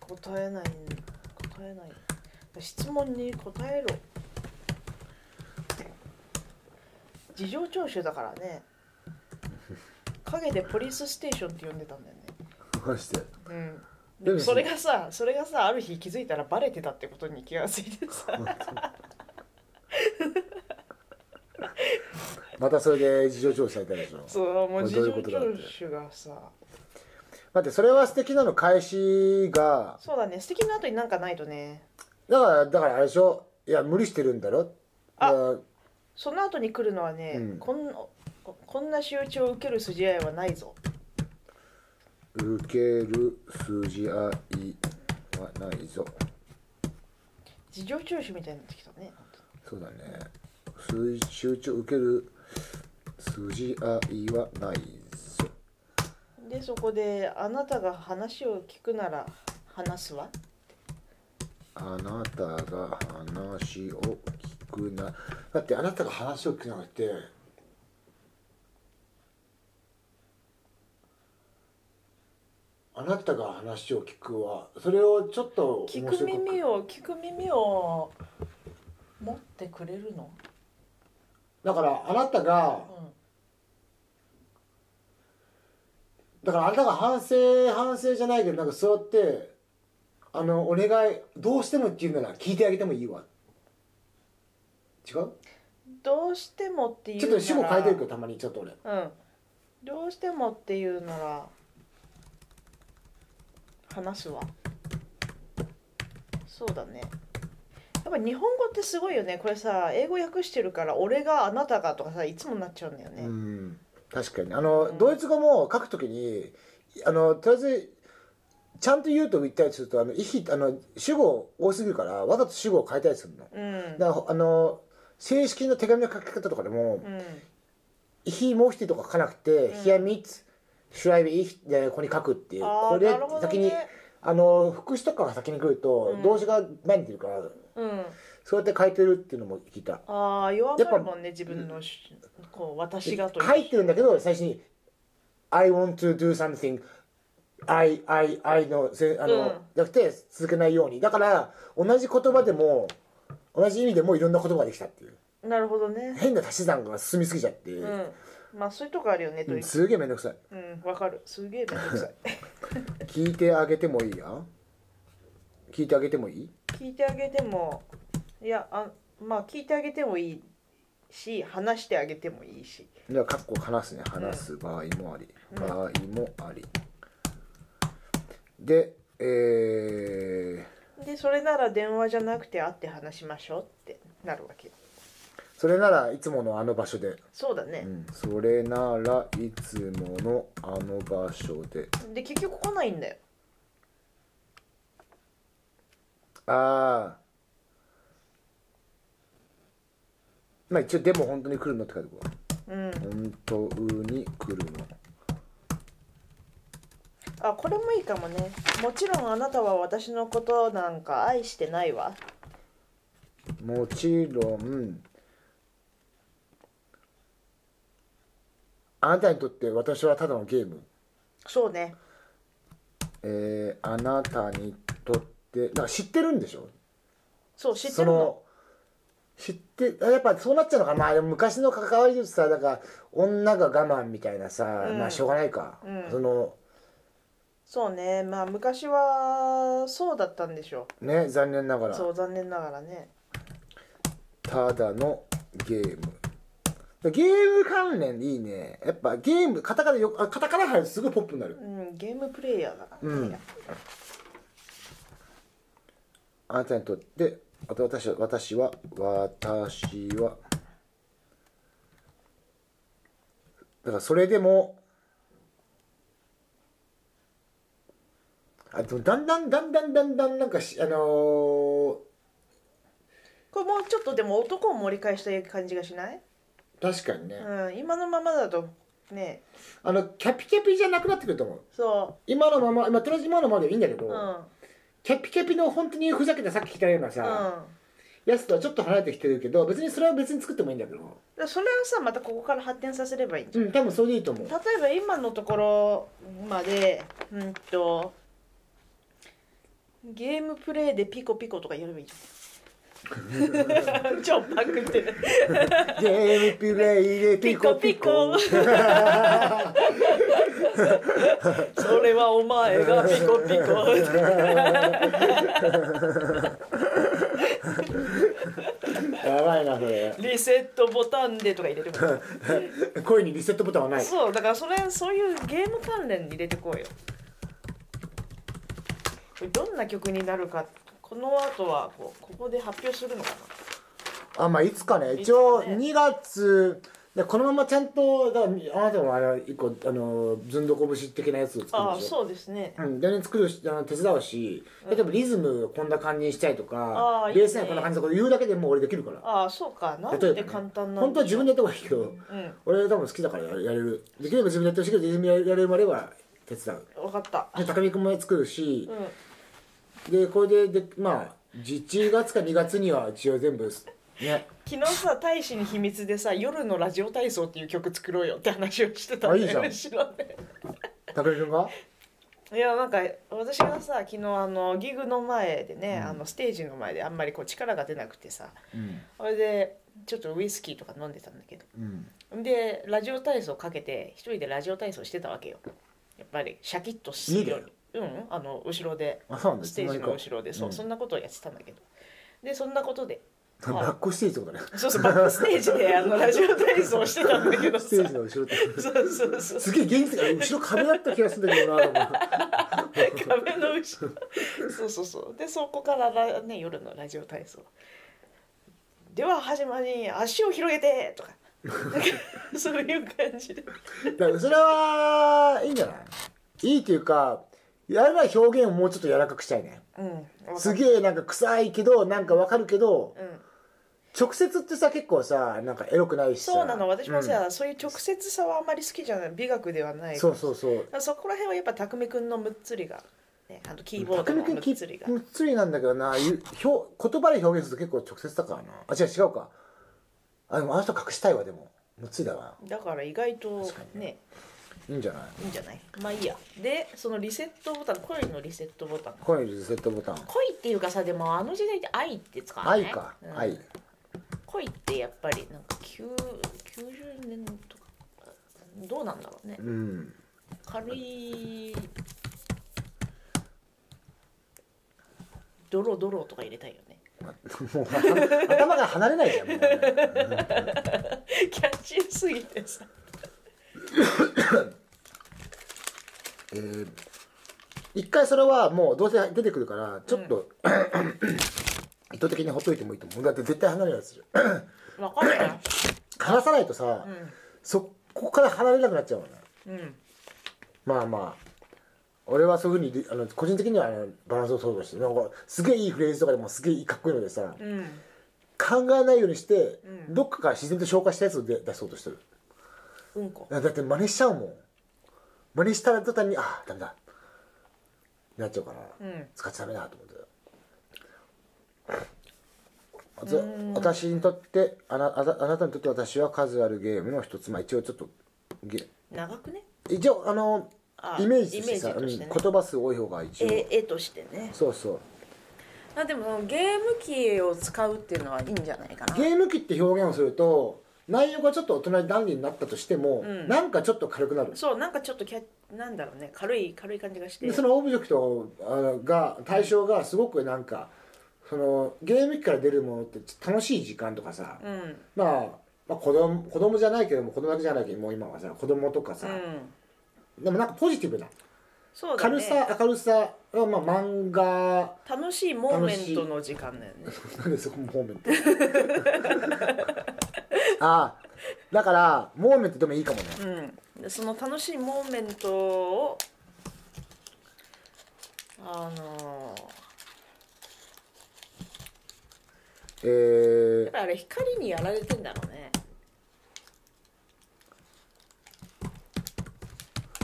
S3: 答えない答えない質問に答えろ事情聴取だからね陰でポリスステーションって呼んでたんだよ
S2: まして
S3: ね
S2: で
S3: う
S2: も
S3: ん
S2: さ
S3: それがさそれがさある日気づいたらバレてたってことに気がつい
S2: <laughs>
S3: てさ
S2: またそれで事情聴取されたでしょ
S3: そうもう事
S2: これどういうこ
S3: 情
S2: とだ
S3: 聴
S2: って
S3: 取がさ
S2: だってそれは素敵なの開始が
S3: そうだね素敵な後になんかないとね
S2: だからだからあれでしょいや無理してるんだろだ
S3: あ
S2: から
S3: その後に来るのはね、
S2: うん
S3: こんこんな仕打ちを受ける筋合いはないぞ
S2: 受ける筋合いはないぞ
S3: 事情聴取みたいになってきたね
S2: そうだね数字集中受ける筋合いはないぞ
S3: でそこで「あなたが話を聞くなら話すわ」
S2: あなたが話を聞くなだってあなたが話を聞くなってあなたが話を聞くはそれをちょっと
S3: 聞く
S2: 面白
S3: 耳
S2: く
S3: を聞く耳を持ってくれるの、
S2: だからあなたが
S3: う、
S2: だからあなたが反省反省じゃないけどなんかそうやってあのお願いどうしてもっていうなら聞いてあげてもいいわ違うん
S3: どうしてもっていう
S2: ちょっ
S3: な
S2: と
S3: ら
S2: 主語変えてるけどたまにちょっと俺
S3: うんどうしてもっていうなら話すわそうだねやっぱ日本語ってすごいよねこれさ英語訳してるから「俺があなたが」とかさいつもなっちゃうんだよね、
S2: うん確かにあの、
S3: うん
S2: ドイツ語も書くときにあのとりあえずちゃんと言うと言ったりするとあの意非あの主語多すぎるからわざと主語を変えたりするの、
S3: うん
S2: だからあの正式な手紙の書き方とかでも
S3: うん
S2: 「イヒモヒテ」とか書かなくて「ヒアミツ」「シュライビイヒ」でここに書くっていう
S3: あ
S2: こ
S3: あ
S2: れ
S3: なるほど
S2: 先に
S3: ね
S2: あの副詞とかが先に来ると、
S3: うん
S2: 動詞が前に出るから
S3: うん
S2: そうやって書いてるっていうのも聞いた
S3: ああ弱
S2: やっ
S3: ま
S2: ぱ
S3: るもんね自分のし、こう私がという
S2: 入ってるんだけど最初に「I want to do something I I I の」せあの、
S3: うん
S2: じゃなくて続けないようにだから同じ言葉でも同じ意味でもいろんな言葉ができたっていう
S3: なるほどね
S2: 変な足し算が進みすぎちゃって、
S3: うんまあそういうとこあるよねと
S2: う
S3: いうん
S2: すげえめんどくさい
S3: うんわかるすげえめんどくさい
S2: 聞いてあげてもいいや聞いてあげてもいい
S3: 聞いてあげてもいやあまあ聞いてあげてもいいし話してあげてもいいし
S2: じゃあ、かっこ話すね。話す場合もあり。
S3: うん
S2: 場合もあり。で、えー、
S3: でそれなら電話じゃなくて会って話しましょうってなるわけ
S2: それならいつものあの場所で。
S3: そうだ
S2: う
S3: ね、
S2: ん、それならいつものあの場所で。
S3: で結局来ないんだよ
S2: ああ。まあ一応、でも本当に来るのって書いておくわ。
S3: うん
S2: 本当に来るの。
S3: あこれもいいかもねもちろんあなたは私のことなんか愛してないわ
S2: もちろんあなたにとって私はただのゲーム、
S3: そうね
S2: えーあなたにとってだから知ってるんでしょ
S3: そう知って
S2: そ
S3: るの
S2: の知ってあやっぱそうなっちゃうのかまあでも昔の関わりでさだから女が我慢みたいなさ、
S3: うん
S2: まあしょうがないか、
S3: うん
S2: その
S3: そうねまあ昔はそうだったんでしょ
S2: ね残念なが
S3: う
S2: ら
S3: そう残念ながらね
S2: ただのゲームでゲーム関連でいいねやっぱゲームカタカナよあカタカナ入るとすごいポップになる
S3: うんゲームプレイヤーだから、
S2: うんあなたにとってあと私は私は私はだからそれでもあでもだんだんだんだんだんだんなんかしあのー
S3: これもうちょっとでも男を盛り返したい感じがしない、
S2: 確かにね、
S3: うん、今のままだとね
S2: あのキャピキャピじゃなくなってくると思う
S3: そ
S2: 今のまま今とりあえず今のままでいいんだけど、
S3: ううん
S2: キャピキャピの本当にふざけたさっき来たような
S3: うん
S2: さ、やつとはちょっと離れてきてるけど別にそれは別に作ってもいいんだけど
S3: だそれはさまたここから発展させればいいんじゃ
S2: うん多分それでいいと思うん
S3: 例えば今のところまでうんとゲームプレイでピコピコとかやればい
S2: <laughs>
S3: いじゃん超パクってる
S2: ゲームプレイでピコピ <laughs> コ。
S3: ピコそれはお前がピコピコ
S2: やばいな、それ。
S3: リセットボタンでとか入れてこ
S2: 声にリセットボタンはな
S3: う
S2: い。
S3: そうだからそれそういうゲーム関連に入れてこうよこれどんな曲になるかこの後はこうここで発表するのか
S2: あ、まあ、いつかね、一応
S3: いつかね
S2: 2月でこのままちゃんとだからあなたもあれは一個あのずんどこ節的なやつを作る
S3: あ
S2: ん
S3: あ
S2: でしょ
S3: そうですね
S2: うん、全然作るしあの手伝うし例えばリズムこんな感じにしたいとか
S3: あー
S2: ベースラインこんな感じとか言うだけでもう俺できるから
S3: ああそうかなん
S2: 例えば、
S3: て
S2: ね、
S3: 簡単な
S2: 本
S3: ん
S2: 当は
S3: でし
S2: 自
S3: ょ
S2: 分
S3: う
S2: でやった方がいいけど
S3: うん
S2: 俺多分好きだからやれるできれば自分でやってほしいけど自分でやれるまでは手伝う
S3: 分かった
S2: で高見君も作るし
S3: う、ん
S2: でこれででまあ1月か2月には一応全部ね
S3: 昨日さ大使に秘密でさ夜のラジオ体操っていう曲作ろうよって話をしてた
S2: あいいじゃん
S3: 後ろで
S2: 高見君が
S3: いやなんか私がさ昨日あのギグの前でね、あのステージの前であんまりこう力が出なくてさ
S2: うん
S3: それでちょっとウイスキーとか飲んでたんだけど
S2: うん
S3: でラジオ体操かけて一人でラジオ体操してたわけよやっぱりシャキッとするようにうんあの後ろで
S2: あそうなんだ
S3: ステージの後ろでそう、そんなことをやってたんだけどでそんなことで
S2: バックステージってこと
S3: <laughs>
S2: ね
S3: そうそうバックステージであのラジオ体操をしてたんだけどさ
S2: ステージの後ろって
S3: そうそうそう
S2: すげえ元気だ後ろ壁だった気がするんだけどなでも
S3: 壁の後ろそうそうそうでそこからラ、ね、夜のラジオ体操では始まり足を広げてとかなんかそういう感じで
S2: だからそれはいいんじゃないいいというかやれば表現をもうちょっと柔らかくしたいね
S3: うん
S2: すげえなんか臭いけどなんかわかるけど
S3: うん、
S2: 直接ってさ結構さなんかエロくないしさ
S3: そうなの私も
S2: うん
S3: さ、そういう直接さはあんまり好きじゃない美学ではない
S2: そうそうそう
S3: だからそこら辺はやっぱ匠くんのむっつりが、ね、あのキーボード
S2: 匠
S3: の
S2: 君
S3: む
S2: き
S3: っつりが
S2: むっつりなんだけどなゆ表言葉で表現すると結構直接だからなあ違う違うかあでもあの人隠したいわでもむっつりだわ
S3: だから意外と
S2: 確かに
S3: ね
S2: いいんじゃない
S3: いいんじゃないまあいいやでそのリセットボタン恋のリセットボタン
S2: こういうリセットボタン
S3: 恋っていうかさでもあの時代って愛って使わない
S2: 愛か
S3: うん
S2: 愛
S3: 恋ってやっぱりなんか9 90年とかどうなんだろうね
S2: うん
S3: 軽いドロドロとか入れたいよね
S2: もう頭頭が離れないじゃんもう
S3: キャッチーすぎてさ
S2: えー一回それはもうどうせ出てくるからちょっと、 <coughs> 意図的にほっといてもいいと思うだって絶対離れるやつじゃん
S3: わかるな
S2: 離さないとさ、そこから離れなくなっちゃうもんね
S3: うん
S2: まあまあ俺はそういうふうにあの個人的にはあのバランスを取ろうとしてなんかすげえいいフレーズとかでもすげえかっこいいのでさ、
S3: うん
S2: 考えないようにして、どっかから自然と消化したやつを出出そうとしてる
S3: うんこ
S2: だって真似しちゃうもん真似したら途端にああダメだなっちゃうから、
S3: うん
S2: 使っちゃダメだと思ってあず私にとってあなあなあなたにとって私は数あるゲームの一つまあ一応ちょっとゲ
S3: 長くね
S2: 一応あの
S3: あ
S2: イメージとしてさ
S3: イメージとしてね
S2: うん言葉数多い方が一応、
S3: 絵絵としてね
S2: そうそう
S3: あでもゲーム機を使うっていうのはいいんじゃないかな
S2: ゲーム機って表現をすると内容がちょっと大人にダンディーになったとしても、
S3: ん
S2: なんかちょっと軽くなる
S3: そうなんかちょっとキャなんだろうね軽い軽い感じがして
S2: でそのオブジェクトあのが対象がすごくなんかそのゲーム機から出るものって楽しい時間とかさ、
S3: うんうん
S2: まあ、まあ子供子供じゃないけども子供だけじゃないけどもう今はさ子供とかさ、でもなんかポジティブな、
S3: そうだね
S2: 軽さ明るさはまあ漫画
S3: 楽しいモーメントの時間だよね
S2: <laughs> なんでそこモーメントああだからモーメントでもいいかもね、
S3: うんでその楽しいモーメントをあのー
S2: えー
S3: やっ、ぱりあれ光にやられてんだろうね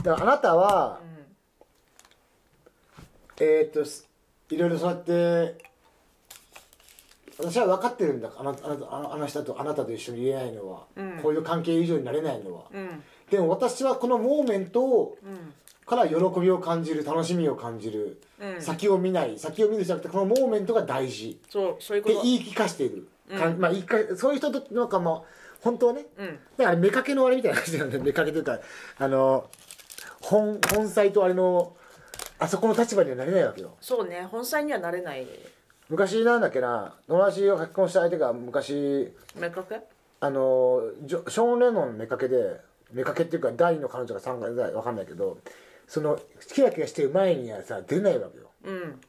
S2: だからあなたは、えーっとすいろいろそうやって私は分かってるんだあなたあなたあのあの人とあなたと一緒にいれないのは、こういう関係以上になれないのは、
S3: うん
S2: でも私はこのモーメントを
S3: うん
S2: から喜びを感じる楽しみを感じる、
S3: うん
S2: 先を見ない先を見るじゃなくてこのモーメントが大事
S3: そうそういうこ
S2: で
S3: と
S2: 言い聞かしている、かんまあ言い聞かそういう人となんかもう本当はね、
S3: うん
S2: だから目かけのあれみたいな話なんで <laughs> 目かけというかあの本本妻とあれのあそこの立場にはなれないわけよ
S3: そうね本妻にはなれない
S2: 昔なんだっけな友達が結婚した相手が昔
S3: 目かけ
S2: あのジョショーン・レノンの目かけで目かけっていうか第二の彼女が3回ぐらいわかんないけどそのキラキラしてる前にはさ出ないわけよ
S3: うん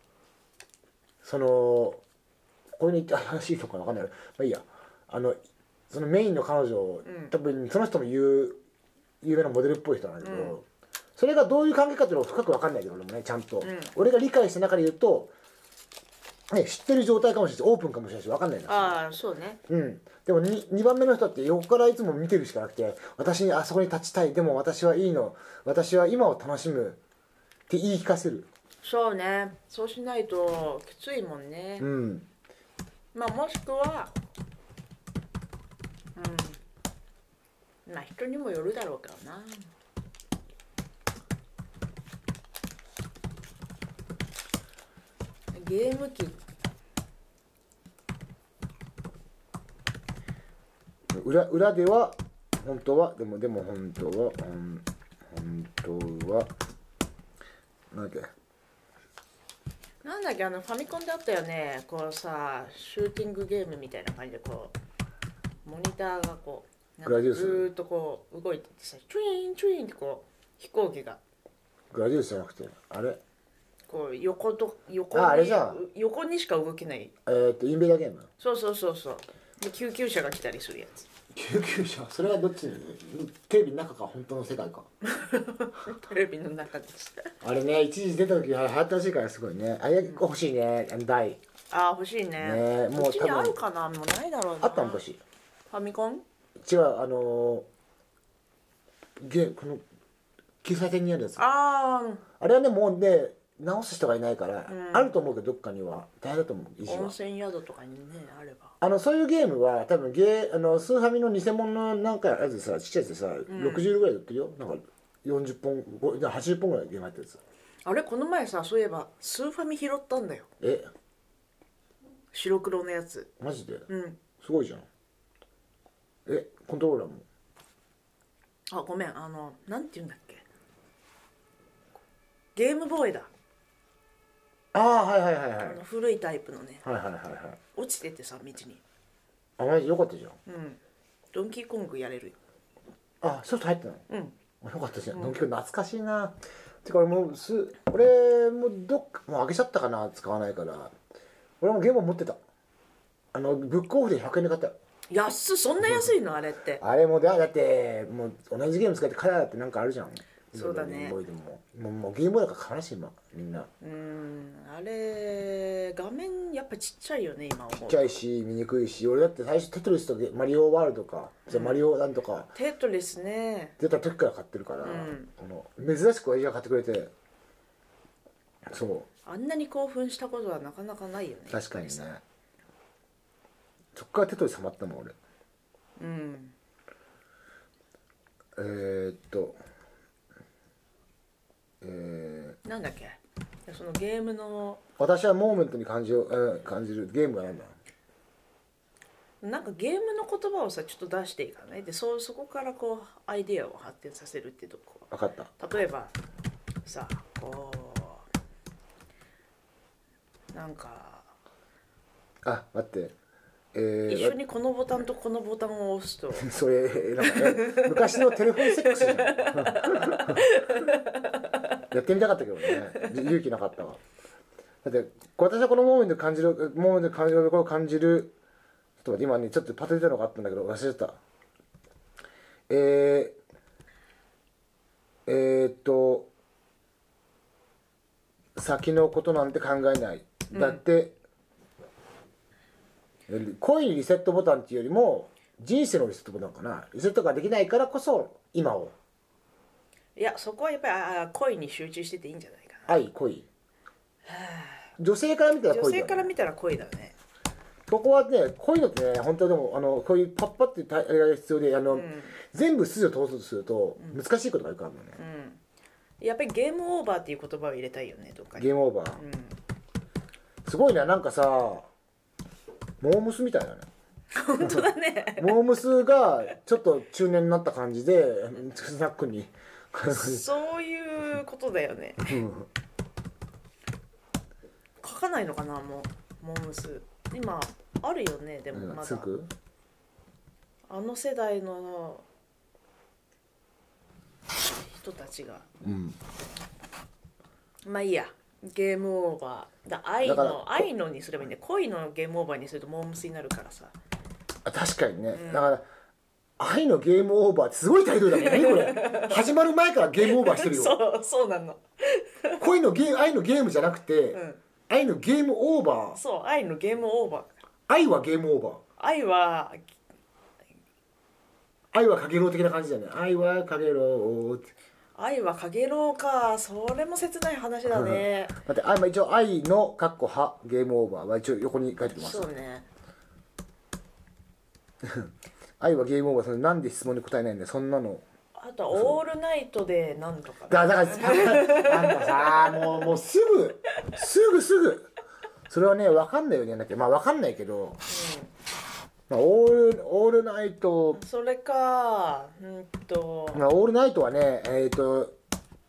S2: そのこれに言ってあ話いいのかなわかんないけどまあいいやあのそのメインの彼女、
S3: うん
S2: 多分その人も有有名なモデルっぽい人なんだけど、それがどういう関係かっていうのは深く分かんないけど俺もねちゃんと、
S3: ん
S2: 俺が理解した中で言うと、ね、知ってる状態かもしれないしオープンかもしれないし分かんないんだ
S3: ああそうね
S2: うん、でも 2, 番目の人って横からいつも見てるしかなくて私にあそこに立ちたいでも私はいいの私は今を楽しむって言い聞かせる
S3: そうねそうしないときついもんね
S2: うん
S3: まあもしくはうんまあ人にもよるだろうからなゲーム機
S2: 裏裏では本当はでもでも本当はほん本当はなんだっ
S3: なんだっけあのファミコンであったよねこうさシューティングゲームみたいな感じでこうモニターがこうなん
S2: グ
S3: か
S2: ラディウス
S3: ずーっとこう動いててさチュイーンチュイーンってこう飛行機が
S2: けグラディウスじゃなくてあれ
S3: こう横と横に
S2: ああれじゃん
S3: 横にしか動けない
S2: えーっとインベーダーゲーム
S3: そうそうそうそうで救急車が来たりするや <laughs> つ
S2: 救急車それはどっちにテレビの中か本当の世界か
S3: テレビの中でした
S2: あれね一時出た時流行ったらしいからすごいねあれ欲しいねあの台
S3: ああ欲しいね
S2: ねえもう
S3: こっちに
S2: 多分
S3: あるかなもうないだろうな
S2: あったの欲しい
S3: ファミコン
S2: 違うあのー、ゲこの喫茶店にあるやつあ
S3: ああ
S2: れはねもうね直す人がいないから、
S3: ん
S2: あると思うけどどっかには大変だと思う維持
S3: 温
S2: は
S3: 泉宿とかにねあれば
S2: あのそういうゲームは多分ゲーあのスーファミの偽物のなんかやつさちっちゃいやつでさ、60ぐらいで売ってるよなんか40本ごじゃあ80本ぐらいゲームやってるやつ
S3: あれこの前さそういえばスーファミ拾ったんだよ
S2: え
S3: 白黒のやつ
S2: マジで、
S3: うん
S2: すごいじゃんえコントローラーも
S3: あごめんあのなんて言うんだっけゲームボーイだ
S2: ああはいはいはいはいはい
S3: あの古いタイプのね
S2: はいはいはい
S3: 落ちててさ道に
S2: あマジよかったじゃん
S3: うんドンキーコングやれるよ
S2: あソフト入ってない
S3: うん
S2: よかったじゃん、ドンキホーテ懐かしいなてか俺もうす俺もどっかもうあげちゃったかな使わないから俺もゲーム持ってたあのブックオフで100円で買った
S3: 安っそんな安いのあれって
S2: あれもだだってもう同じゲーム使ってカラーってなんかあるじゃん
S3: そうだね
S2: ゲームボーイでももうもうゲームボーイだから悲しい今みんな
S3: うーんあれ画面やっぱちっちゃいよね今思
S2: ち
S3: う
S2: っちゃいし見にくいし俺だって最初テトリスとゲマリオワールドかじゃあマリオなんとか
S3: テトリスね
S2: 出た時から買ってるから、
S3: ん
S2: この珍しく親父が買ってくれてそう
S3: あんなに興奮したことはなかなかないよね
S2: 確かにねそっからテトリスハマったもん俺
S3: うん
S2: えー、っとえー、
S3: なんだっけそのゲームの
S2: 私はモーメントに感じを、えー感じるゲームがなんだ
S3: なんかゲームの言葉をさちょっと出していかないでそうそこからこうアイデアを発展させるってとこ
S2: 分かった
S3: 例えばさこうなんか
S2: あ待ってえー、
S3: 一緒にこのボタンとこのボタンを押すと
S2: わそれなんか、ね、昔のテレフォンセックス
S3: <laughs>
S2: じゃんやってみたかったけどねじ勇気なかったわだって私はこのモーメントに感じるモーメントに感じるところを感じるちょっと待って今ねちょっとパッと出たのがあったんだけど忘れちゃったえー、えー、っと先のことなんて考えないだって、恋にリセットボタンっていうよりも人生のリセットボタンかなリセットができないからこそ今を
S3: いやそこはやっぱりあー恋に集中してていいんじゃないかな
S2: 愛恋女性から見たら
S3: 女
S2: 恋だ、ね、
S3: 性から見たら恋だね
S2: ここはねこういうのってね本当でもあのこういうパッパって対応が必要であの、全部筋を通そうとすると難しいことがあるからね、
S3: やっぱりゲームオーバーっていう言葉を入れたいよねどっかに
S2: ゲームオーバー、すごいななんかさモームスみたいだね
S3: 本当だね
S2: モームスがちょっと中年になった感じでスナックに
S3: そういうことだよね書かないのかなもうモームス今あるよねでもま
S2: つ
S3: だ
S2: く
S3: あの世代の人たちが
S2: うん
S3: まあいいやゲームオーバーだ愛
S2: だから
S3: の愛のにすればいいんだよ恋のゲームオーバーにするとモームスになるからさ
S2: あ確かにね、だから愛のゲームオーバーってすごいタイトル
S3: <laughs>
S2: だもんねこれ始まる前からゲームオーバーしてるよ
S3: そうそうなの
S2: 恋のゲーム愛のゲームじゃなくて、
S3: ん
S2: 愛のゲームオーバー
S3: そう愛のゲームオーバー
S2: 愛はゲームオーバー
S3: 愛は
S2: 愛はかげろう的な感じだよね愛はかげろうって
S3: 愛はかげろうかそれも切ない話だね
S2: だってあ、まあ、一応愛のかっこはゲームオーバーは一応横に書いてきます
S3: そうね
S2: 愛はゲームオーバーそれなんで質問に答えないんだよそんなの
S3: あとはオールナイトでなんとかね
S2: だだから
S3: <laughs>
S2: あんたさもうもうすぐすぐすぐそれはね分かんないよねだけどまあ分かんないけど、まあ、オールオールナイト、
S3: それかうんと
S2: まあ、オールナイトはねえっ、と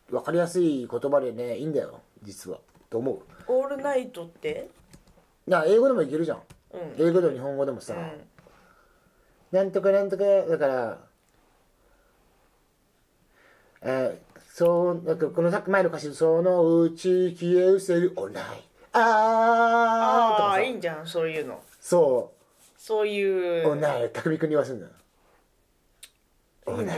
S2: 分かりやすい言葉でねいいんだよ実はと思う
S3: オールナイトって
S2: いや英語でもいけるじゃん、
S3: う
S2: 英語でも日本語でもさ、
S3: うん
S2: なんとかなんとかだからえーそうなんかこのさっき前の歌詞「そのうち消えうせるオンライン」あーとか
S3: ああ
S2: さ
S3: いいんじゃんそういうの
S2: そ
S3: そういう
S2: う「オンライン」匠君に言わせるんだよ
S3: いいんじゃない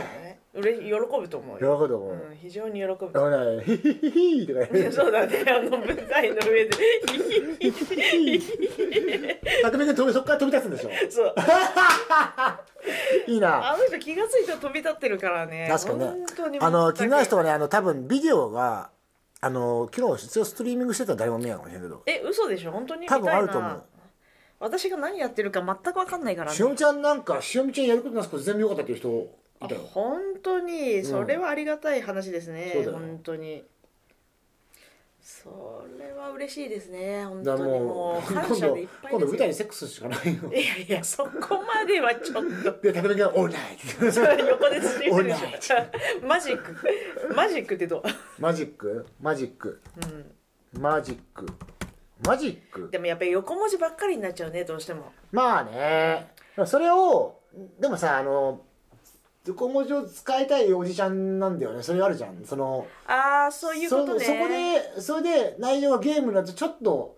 S3: 嬉しい喜ぶと思う
S2: 喜
S3: よ、
S2: ぶと思う
S3: うん、非常に喜ぶ
S2: 「オンライン」「ヒヒヒヒ」とか
S3: い
S2: 言
S3: や
S2: う
S3: そうだねあの舞台の
S2: <laughs>
S3: 上で
S2: 匠君飛びそっから飛び立つんで
S3: <laughs>
S2: しょ
S3: そう
S2: いいな
S3: あの人気がついたら飛び立ってるからね
S2: 確かにね
S3: 本当に
S2: あの気になる人
S3: は
S2: はねあの多分ビデオがあの昨日一応ストリーミングしてたら誰も見ないかもしれないけど
S3: え嘘でしょ本当に
S2: 多分
S3: 見たい
S2: あると思
S3: な
S2: う
S3: 私が何やってるか全く分かんないからね
S2: しおみちゃんなんかしおみちゃんやることなすこと全部良かったっていう人い
S3: あ
S2: たよ
S3: 本当にそれはありがたい話ですね、
S2: そうだよ
S3: 本当にそれは嬉しいですね本
S2: だ
S3: 当
S2: か
S3: に
S2: らも
S3: も
S2: う
S3: う感
S2: 今
S3: 謝
S2: 度
S3: でいっぱい
S2: 今度舞
S3: ですよ
S2: 台にセックスしかないよ
S3: いやいやそこまではちょっ
S2: <laughs>
S3: と
S2: で竹田君が「オールナイ
S3: <laughs>
S2: ト」
S3: 横で進んでるで
S2: オンライ
S3: しょ <laughs> マジックマジックってどう
S2: マジックマジック、マジックマジック
S3: でもやっぱり横文字ばっかりになっちゃうねどうしても
S2: まあねでもそれをでもさあの横文字を使いたいおじちゃんなんだよねそれあるじゃんその
S3: ああそういうことね
S2: そそこでそれで内容がゲームになるとちょっと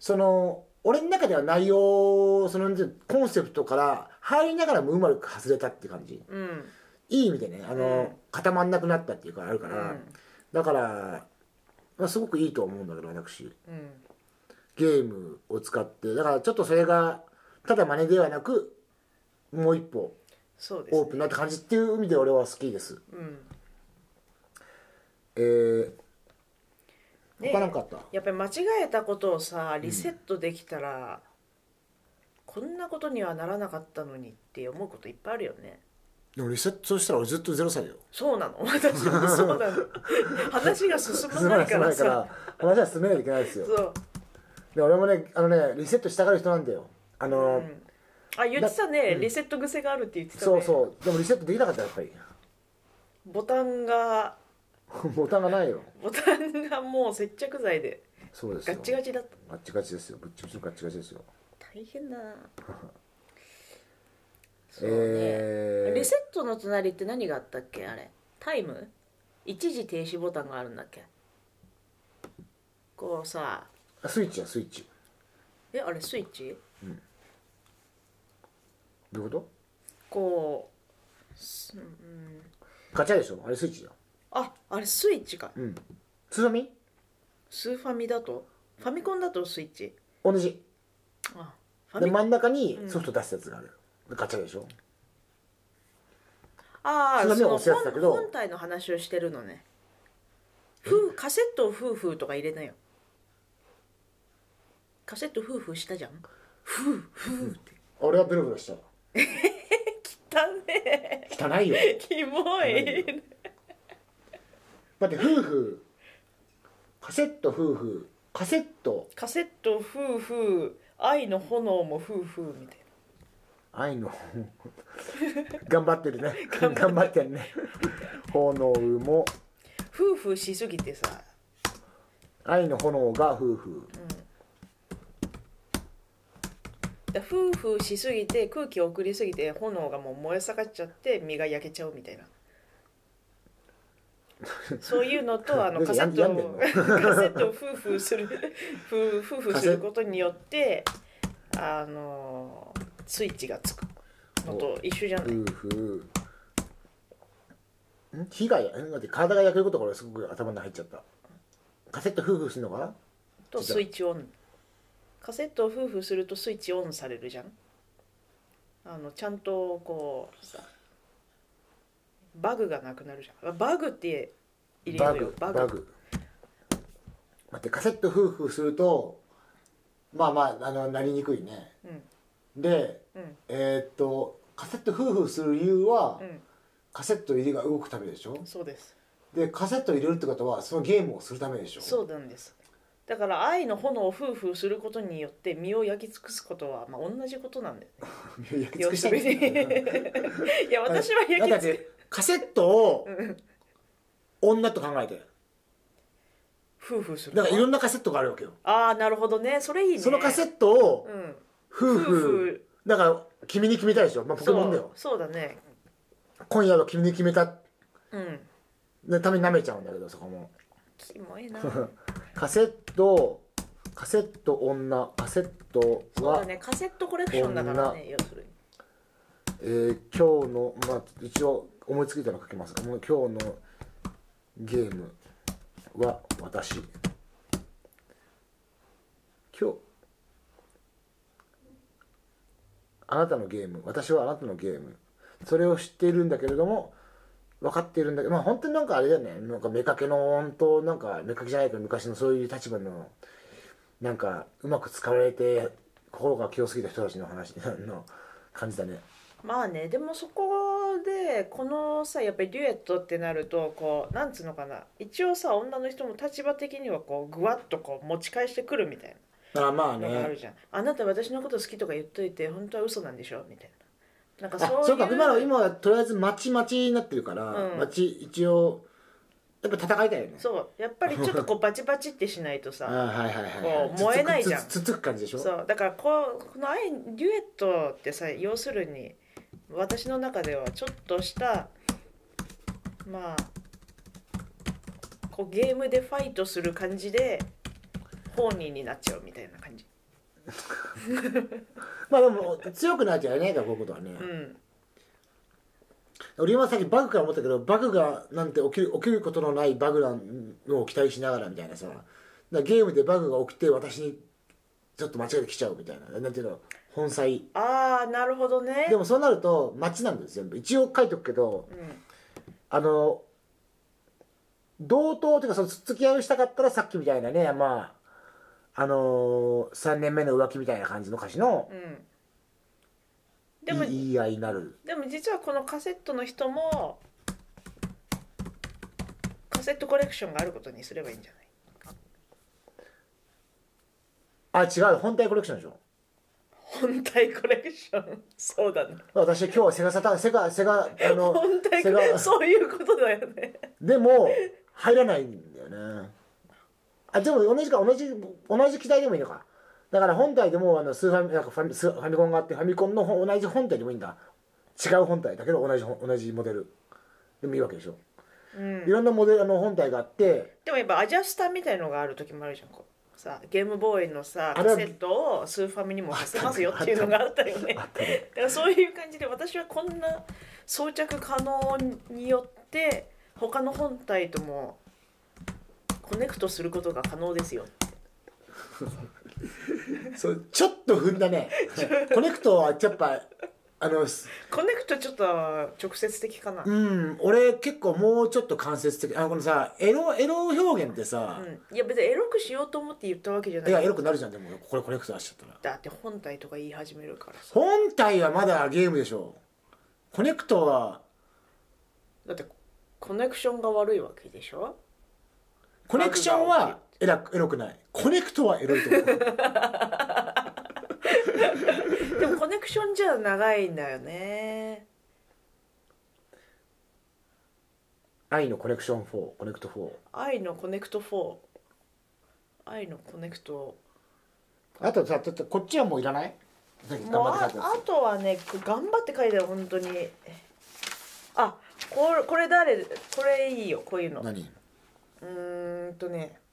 S2: その俺の中では内容そのコンセプトから入りながらもうまく外れたって感じ
S3: うん
S2: いい意味でねあの、
S3: うん
S2: 固まんなくなったっていうかあるか
S3: う
S2: ら、
S3: ん
S2: だから、まあ、すごくいいと思うんだけど私
S3: うん
S2: ゲームを使ってだからちょっとそれがただ真似ではなくもう一歩
S3: そうです
S2: オー
S3: ね
S2: プンなって感じっていう意味で俺は好きです、
S3: うん
S2: えー、
S3: ね
S2: 他なんかあった、
S3: やっぱり間違えたことをさリセットできたら、こんなことにはならなかったのにって思うこといっぱいあるよね
S2: でもリセットしたら俺ずっと0歳だよ
S3: そうなの私もそ
S2: <laughs>
S3: うなの話が進ま
S2: 進ま
S3: な
S2: ないい進ま
S3: から
S2: ないか
S3: さ
S2: ら話は進めないといけないですよ
S3: そう
S2: で俺もねあのねリセットしたがる人なんだよあの、
S3: うんあ言ってたね、リセット癖があるって言ってたね
S2: そうそうでもリセットできなかったやっぱり <laughs>
S3: ボタンが
S2: ボタンがないよ
S3: ボタンがもう接着剤で
S2: そうです
S3: ガ
S2: よ
S3: ッチガチだった
S2: ガッチガチですよぶっちぶちのガッチガチですよ
S3: 大変だ
S2: <laughs>
S3: なそうね、
S2: えー、
S3: リセットの隣って何があったっけあれタイム一時停止ボタンがあるんだっけこうさ
S2: あスイッチやスイッチ
S3: えあれスイッチ
S2: どういうこと
S3: こう
S2: ガチャでしょあれスイッチだよ
S3: ああれスイッチか
S2: うんつまみ
S3: スーファミだとファミコンだとスイッチ
S2: 同じ
S3: あファ
S2: で
S3: ミコン
S2: 真ん中にソフト出すやつがある、ガチャでしょ
S3: ああ
S2: つまみは押す
S3: そ
S2: や
S3: の
S2: つだけ
S3: 本
S2: ど
S3: 本体の話をしてるのねふうカセットをフーフーとか入れなよカセットフーフーしたじゃん
S2: 俺はブルブルした
S3: だね
S2: 汚いよ
S3: キモい
S2: 待って夫婦カセット夫婦カセット
S3: カセット夫婦愛の炎も夫婦みたい
S2: 愛の <laughs> 頑張ってるね頑張ってるね炎も
S3: な夫婦しすぎてさ
S2: 愛の炎が夫婦
S3: だ夫婦しすぎて空気を送りすぎて炎がもう燃え盛っちゃって身が焼けちゃうみたいなそういうの
S2: <laughs>
S3: とあのカセット
S2: やんでん
S3: を
S2: の
S3: <laughs> カセットを夫婦する夫夫婦することによってあのースイッチがつくのと一緒じゃない、
S2: 夫婦ん被害ん待って体が焼けることが俺すごく頭に入っちゃったカセット夫婦するのかな
S3: とスイッチオンカセットを夫婦するとスイッチオンされるじゃんあのちゃんとこうさバグがなくなるじゃんあバグって入れ
S2: バ
S3: ようよ
S2: グ
S3: バ
S2: バ
S3: グ
S2: グ待ってカセット夫婦するとまあまああのなりにくいねで
S3: うん
S2: えーっとカセット夫婦する理由は、
S3: うん
S2: カセット入りが動くためでしょ
S3: うんそうです
S2: でカセット入れるってことはそのゲームをするためでしょ
S3: そうなんですだから愛の炎を夫婦することによって身を焼き尽くすことはまあ同じことなん
S2: <laughs>
S3: だよね
S2: <laughs> 焼き尽
S3: 要
S2: くし
S3: す
S2: たんで
S3: る
S2: す
S3: に
S2: <laughs>
S3: いや私は
S2: だ
S3: 焼
S2: っ
S3: き尽
S2: てカセットを
S3: く
S2: 女と考えて
S3: 夫婦する
S2: だからいろんなカセットがあるわけよ
S3: ああなるほどねそれいいね
S2: そのカセットを
S3: うん
S2: 夫
S3: 夫
S2: 婦
S3: 婦
S2: だから君に決めたでしょ、まあ、ポケモンだよ
S3: そうそうだね
S2: 今夜は君に決めた
S3: うん
S2: のために舐めちゃうんだけどそこも
S3: キ
S2: <laughs>
S3: モいな
S2: カセットカセット女カセット
S3: そう
S2: は、
S3: だねカセットコレクションだからね要するに
S2: えー今日のまあ一応思いついたの書きますもう今日のゲームは私今日あなたのゲーム私はあなたのゲームそれを知っているんだけれども分かっているんだけどまあ本当になんかあれだよねなんか目かけの本当なんか目かけじゃないけど昔のそういう立場のなんかうまく使われて心が清すぎた人たちの話 <laughs> の感じだね
S3: まあねでもそこでこのさやっぱりデュエットってなるとこうなんつうのかな一応さ女の人も立場的にはこうぐわっとこう持ち返してくるみたい
S2: あまあ
S3: なのがあるじゃん、あなた私のこと好きとか言っといて本当は嘘なんでしょみたいななんか
S2: あ
S3: そういう
S2: そうか今の今はとりあえず待ち待ちになってるから、
S3: うん
S2: 待ち一応やっぱ戦いたいよね
S3: そうやっぱりちょっとこうバチバチってしないと
S2: あ <laughs>
S3: さ
S2: ーはいはいはいはい
S3: こう燃えないじゃん
S2: つつつつく感じでしょ
S3: そうだからこうこの愛デュエットってさ要するに私の中ではちょっとしたまあこうゲームでファイトする感じで本人になっちゃうみたいな感じ
S2: まあでも強くなっちゃいないからこういうことはね、
S3: うん
S2: 俺今さっきバグから思ったけどバグがなんて起きる起きることのないバグなんのを期待しながらみたいなさ、だからゲームでバグが起きて私にちょっと間違えてきちゃうみたいななんていうの本妻
S3: ああなるほどね
S2: でもそうなると待ちなんです全部一応書いとくけど
S3: うん
S2: あの同等というかその付き合いをしたかったらさっきみたいなねまああのー、3年目の浮気みたいな感じの歌詞の
S3: うんでも
S2: いい言い合いになる
S3: でも実はこのカセットの人もカセットコレクションがあることにすればいいんじゃない <laughs>
S2: あ違う本体コレクションでしょ
S3: 本体コレクションそうだね
S2: 私今日はセガサターンセガセガあの
S3: 本体
S2: セガ
S3: かそういうことだよね
S2: でも入らないんだよねあでも同じか同じ同じ機体でもいいのかだから本体でもあのスーファミなんかファミスーファミコンがあってファミコンのほ同じ本体でもいいんだ違う本体だけど同じ本同じモデルでもいいわけでしょ、 <laughs> いろんなモデルあの本体があって
S3: でもやっぱアジャスターみたいのがある時もあるじゃんこうさゲームボーイのさ
S2: あ
S3: カ
S2: れは
S3: セットをスーファミにも貸せますよっていうのがあったよ <laughs> ねだからそういう感じで私はこんな装着可能によって他の本体ともコネクトすることが可能ですよ
S2: そうちょっと踏んだ
S3: <laughs>
S2: ねコネクトはやっぱあのす
S3: コネクトちょっと直接的かな
S2: う、ん俺結構もうちょっと間接的あのこのさエロエロ表現ってさ、
S3: うん、いや別にエロくしようと思って言ったわけじゃないい
S2: やエロくなるじゃんでもこれコネクト出しちゃったら
S3: だって本体とか言い始めるからさ
S2: 本体はまだゲームでしょコネクトは
S3: だってコネクションが悪いわけでしょ
S2: コネクションはエラエロくないコネクトはエロいと思
S3: <laughs>
S2: う
S3: でもコネクションじゃ長いんだよね
S2: 愛のコネクション4コネクト4
S3: 愛のコネクト4愛のコネクト
S2: あとさちょっとこっちはもういらない頑
S3: もう
S2: 張っ
S3: あ
S2: て書い
S3: あとはね頑張って書いてある本当にあこれこれ誰これいいよこういうの
S2: 何
S3: うーんとね「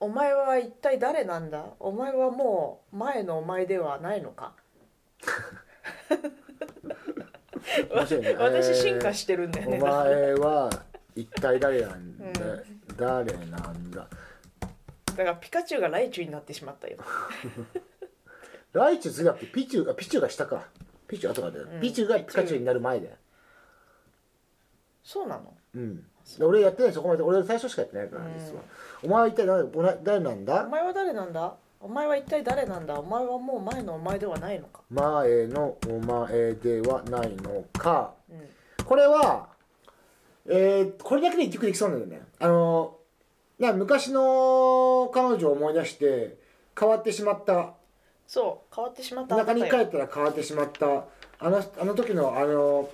S3: お前は一体誰なんだお前はもう前のお前ではないのか」
S2: 面白いね
S3: <laughs> 私進化してるんだよね
S2: お前は一体誰なんだ、誰なんだ
S3: だからピカチュウがライチュウになってしまったよ
S2: ライチュウ次だってピチュウあピチュウが下かピチュウ後からだよ、ピチュウがピカチュウになる前だよ
S3: そうなの
S2: うん俺やってないそこまで俺最初しかやってないから実は、お前は一体誰お前誰なん
S3: お
S2: だ
S3: 前は誰なんだお前は一体誰なんだお前はもう前のお前ではないのか
S2: 前のお前ではないのか
S3: うん
S2: これは、えーこれだけで一曲できそうなんだよね。あのーな昔の彼女を思い出して変わってしまった
S3: そう変わってしまったあな
S2: 中
S3: た
S2: に
S3: よ
S2: 帰ったら変わってしまったあのあの時のあの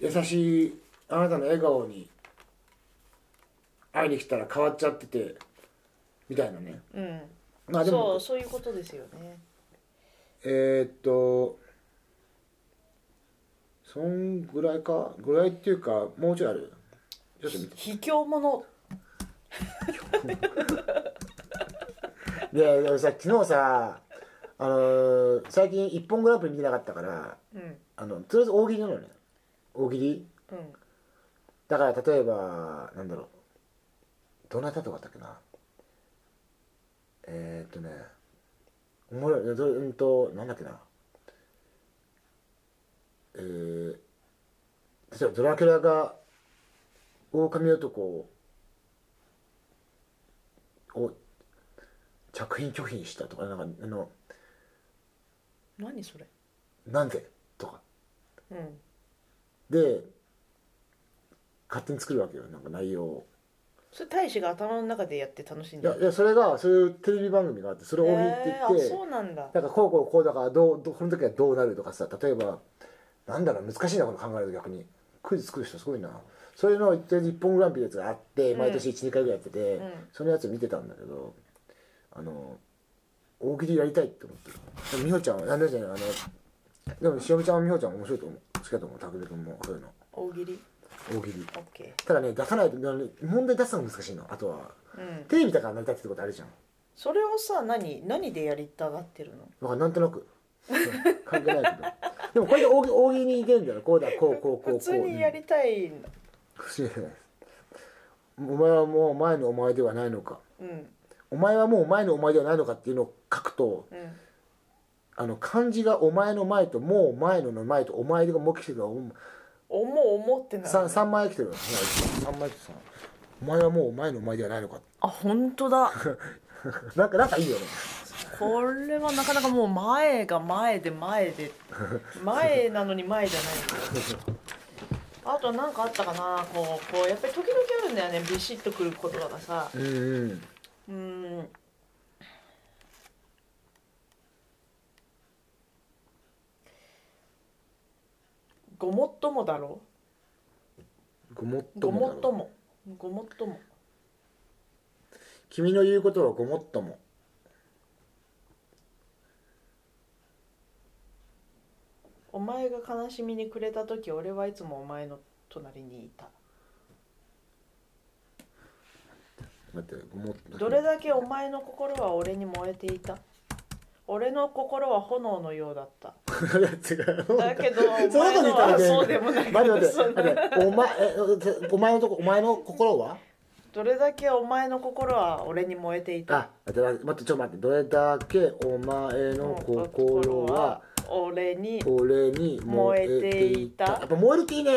S2: 優しいあなたの笑顔に会いに来たら変わっちゃっててみたいなね。
S3: うん
S2: まあで
S3: そう
S2: も
S3: そういうことですよね
S2: えー、っとそんぐらいかぐらいっていうかもうちょいあるちょっと見て
S3: 卑怯者
S2: ででもさ昨日さあのー最近「一本グランプリ」見てなかったから
S3: うん
S2: あのとりあえず大喜利なのね大喜利
S3: うん
S2: だから例えばなんだろうどなたとかだったっけなえー、っとねおもろいどうんとなんだっけなえー、例えばドラキュラが狼男をを着品拒否したとかなんかあの
S3: 何それ
S2: なんでとか
S3: うん
S2: で勝手に作るわけよなんか内容を。
S3: それ大使が頭の中でやって楽しん
S2: い
S3: で
S2: やい
S3: る
S2: やそれがそういうテレビ番組があってそれを
S3: え
S2: 大喜利って
S3: ー、
S2: 言
S3: あ
S2: って、
S3: そうなんだ
S2: なんかこうこうこうだからどうどうこの時はどうなるとかさ例えばなんだろう難しいなこの考えると逆にクイズ作る人すごいなそういうのをとりあえず一本グランプリのやつがあって
S3: ん
S2: 毎年12、回ぐらいやってて、
S3: ん
S2: そのやつ見てたんだけどあの大喜利やりたいって思ってでも美穂ちゃんはなんじゃないあのでもしおみちゃんも美穂ちゃんも面白いと思う好きだと思う拓く君もそういうの
S3: 大喜利
S2: 大喜利
S3: オッケ
S2: ただね出さないとあの問題出すのが難しいのあとは
S3: ーうん
S2: テレビだから成り立つってことあるじゃん
S3: それをさ何何でやりたがってるの
S2: なんかなんとなく関係ないけどでもこれで大喜大喜利にいけるんだよこうだこうこうこうこう
S3: 普通にやりたいんだ
S2: うん不思議じゃないですお前はもう前のお前ではないのか
S3: うん
S2: お前はもう前のお前ではないのかっていうのを書くと
S3: うん
S2: あの漢字がお前の前ともう前のの前とお前がもう来てるからお
S3: 思う思ってな
S2: 三
S3: い
S2: 三枚来てるから三枚来てさお前はもう前のお前ではないのか
S3: あ本当だ
S2: なんかなんかいいよね
S3: これはなかなかもう前が前で前で前なのに前じゃないあと何かあったかなこうこうやっぱり時々あるんだよねビシッとくる言葉がさ
S2: うんうん
S3: うーんごもっともだろ
S2: ごもっと
S3: ご
S2: もだろ
S3: もっともごもっとも
S2: 君の言うことはごもっとも
S3: お前が悲しみに暮れた時俺はいつもお前の隣にいた
S2: 待ってごもっと
S3: ど
S2: <laughs>
S3: れだけお前の心は俺に燃えていた俺の心は炎のようだった
S2: いや違 <laughs> う
S3: だけど
S2: そんなこと言ったらいけない
S3: そうでもない
S2: 待って
S3: そ
S2: 待っ
S3: ん
S2: て
S3: な
S2: 待ってお前えお前のとこお前の心は
S3: どれだけお前の心は俺に燃えていた
S2: あ待って待ってちょっと待ってどれだけお前の心は
S3: 俺にうん
S2: 俺に燃えていた
S3: 燃えていた
S2: やっぱ燃えるっていいね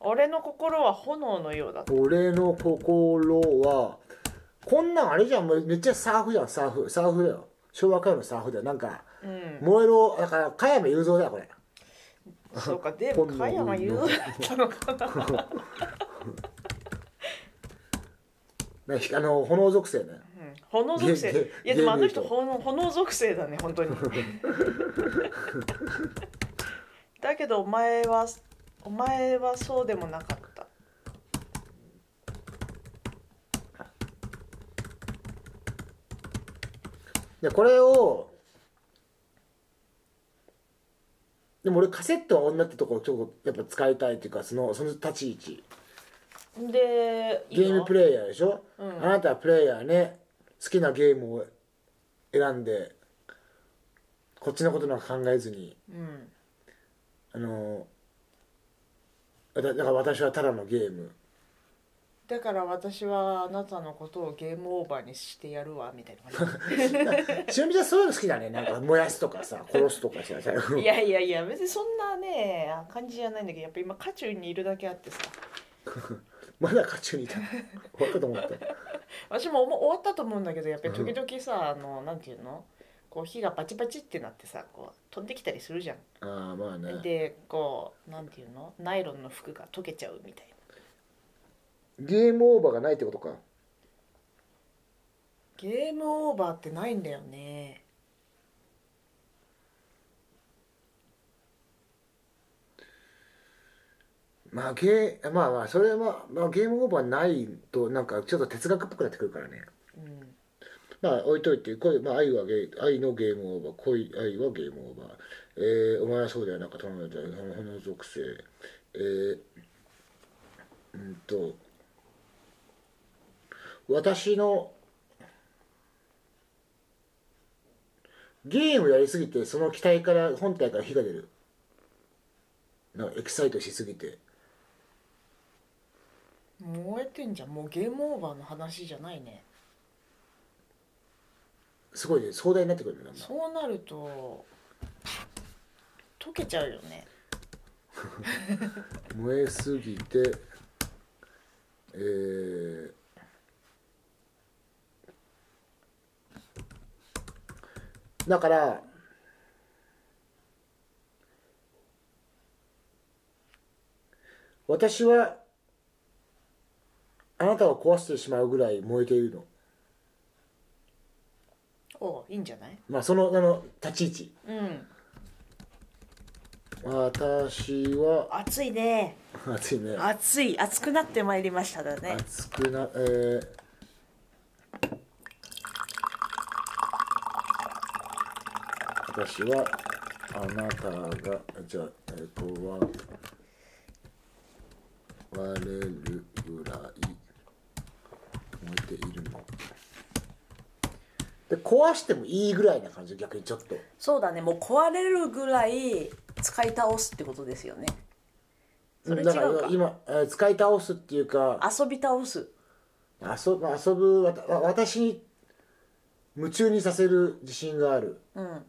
S3: 俺の心は炎のようだった
S2: 俺の心はこんなんあれじゃんもうめっちゃサーフじゃんサーフサーフだよ昭和歌謡のサーフだよなんか
S3: うん
S2: 燃えろだから加山雄三だよこれ
S3: そうかでも加山雄三だったのかな
S2: ねあの炎属性ね
S3: うん炎属性
S2: ゲゲ
S3: いやでもあの人
S2: ゲ
S3: 炎炎属性だね本当に
S2: <laughs>
S3: だけどお前はお前はそうでもなかった
S2: でこれをでも俺カセットは女ってとこをちょっとやっぱ使いたいっていうかそのその立ち位置
S3: でいい
S2: ゲ
S3: の
S2: ームプレイヤーでしょ、
S3: ん
S2: あなたはプレイヤーね好きなゲームを選んでこっちのことなんか考えずに
S3: うん
S2: あのだだから私はただのゲーム
S3: だから私はあなたのことをゲームオーバーにしてやるわみたいな感
S2: ちなみにそういうの好きだねなんか燃やすとかさ殺すとかさ <laughs>
S3: <laughs> じいやいやいや別にそんなね感じじゃないんだけどやっぱ今渦中にいるだけあってさ
S2: まだ渦中にいた終わったと思った
S3: 私ももう終わったと思うんだけどやっぱり時々さ、あのなんていうのこう火がバチバチってなってさこう飛んできたりするじゃん、
S2: ああまあね
S3: でこうなんていうのナイロンの服が溶けちゃうみたいな
S2: ゲームオーバーがないってことか
S3: ゲームオーバーってないんだよね
S2: まあゲーまあまあそれは、まあ、ゲームオーバーないとなんかちょっと哲学っぽくなってくるからね
S3: うん
S2: まあ置いといて恋、まあ、愛はゲー愛のゲームオーバー恋愛はゲームオーバー、えーお前はそうではなかったのでほの属性えー、うんと私のゲームやりすぎてその機体から本体から火が出るなんかエキサイトしすぎて
S3: 燃えてんじゃんもうゲームオーバーの話じゃないね
S2: すごいね壮大になってくるんだな
S3: そうなると溶けちゃうよね
S2: 燃えすぎてえーだから私はあなたを壊してしまうぐらい燃えているの
S3: おいいんじゃない
S2: まあそのあの立ち
S3: うん
S2: 位置私は <laughs>
S3: 暑いね
S2: 熱いね
S3: 暑い暑くなってまいりましただね
S2: 熱くなえー私はあなたがじゃあえっとは割れるぐらい燃えているので壊してもいいぐらいな感じ逆にちょっと
S3: そうだねもう壊れるぐらい使い倒すってことですよねそれ違う
S2: だ
S3: か
S2: から今、えー使い倒すっていうか
S3: 遊び倒す
S2: 遊ぶ遊ぶわたわ私に夢中にさせる自信がある
S3: うん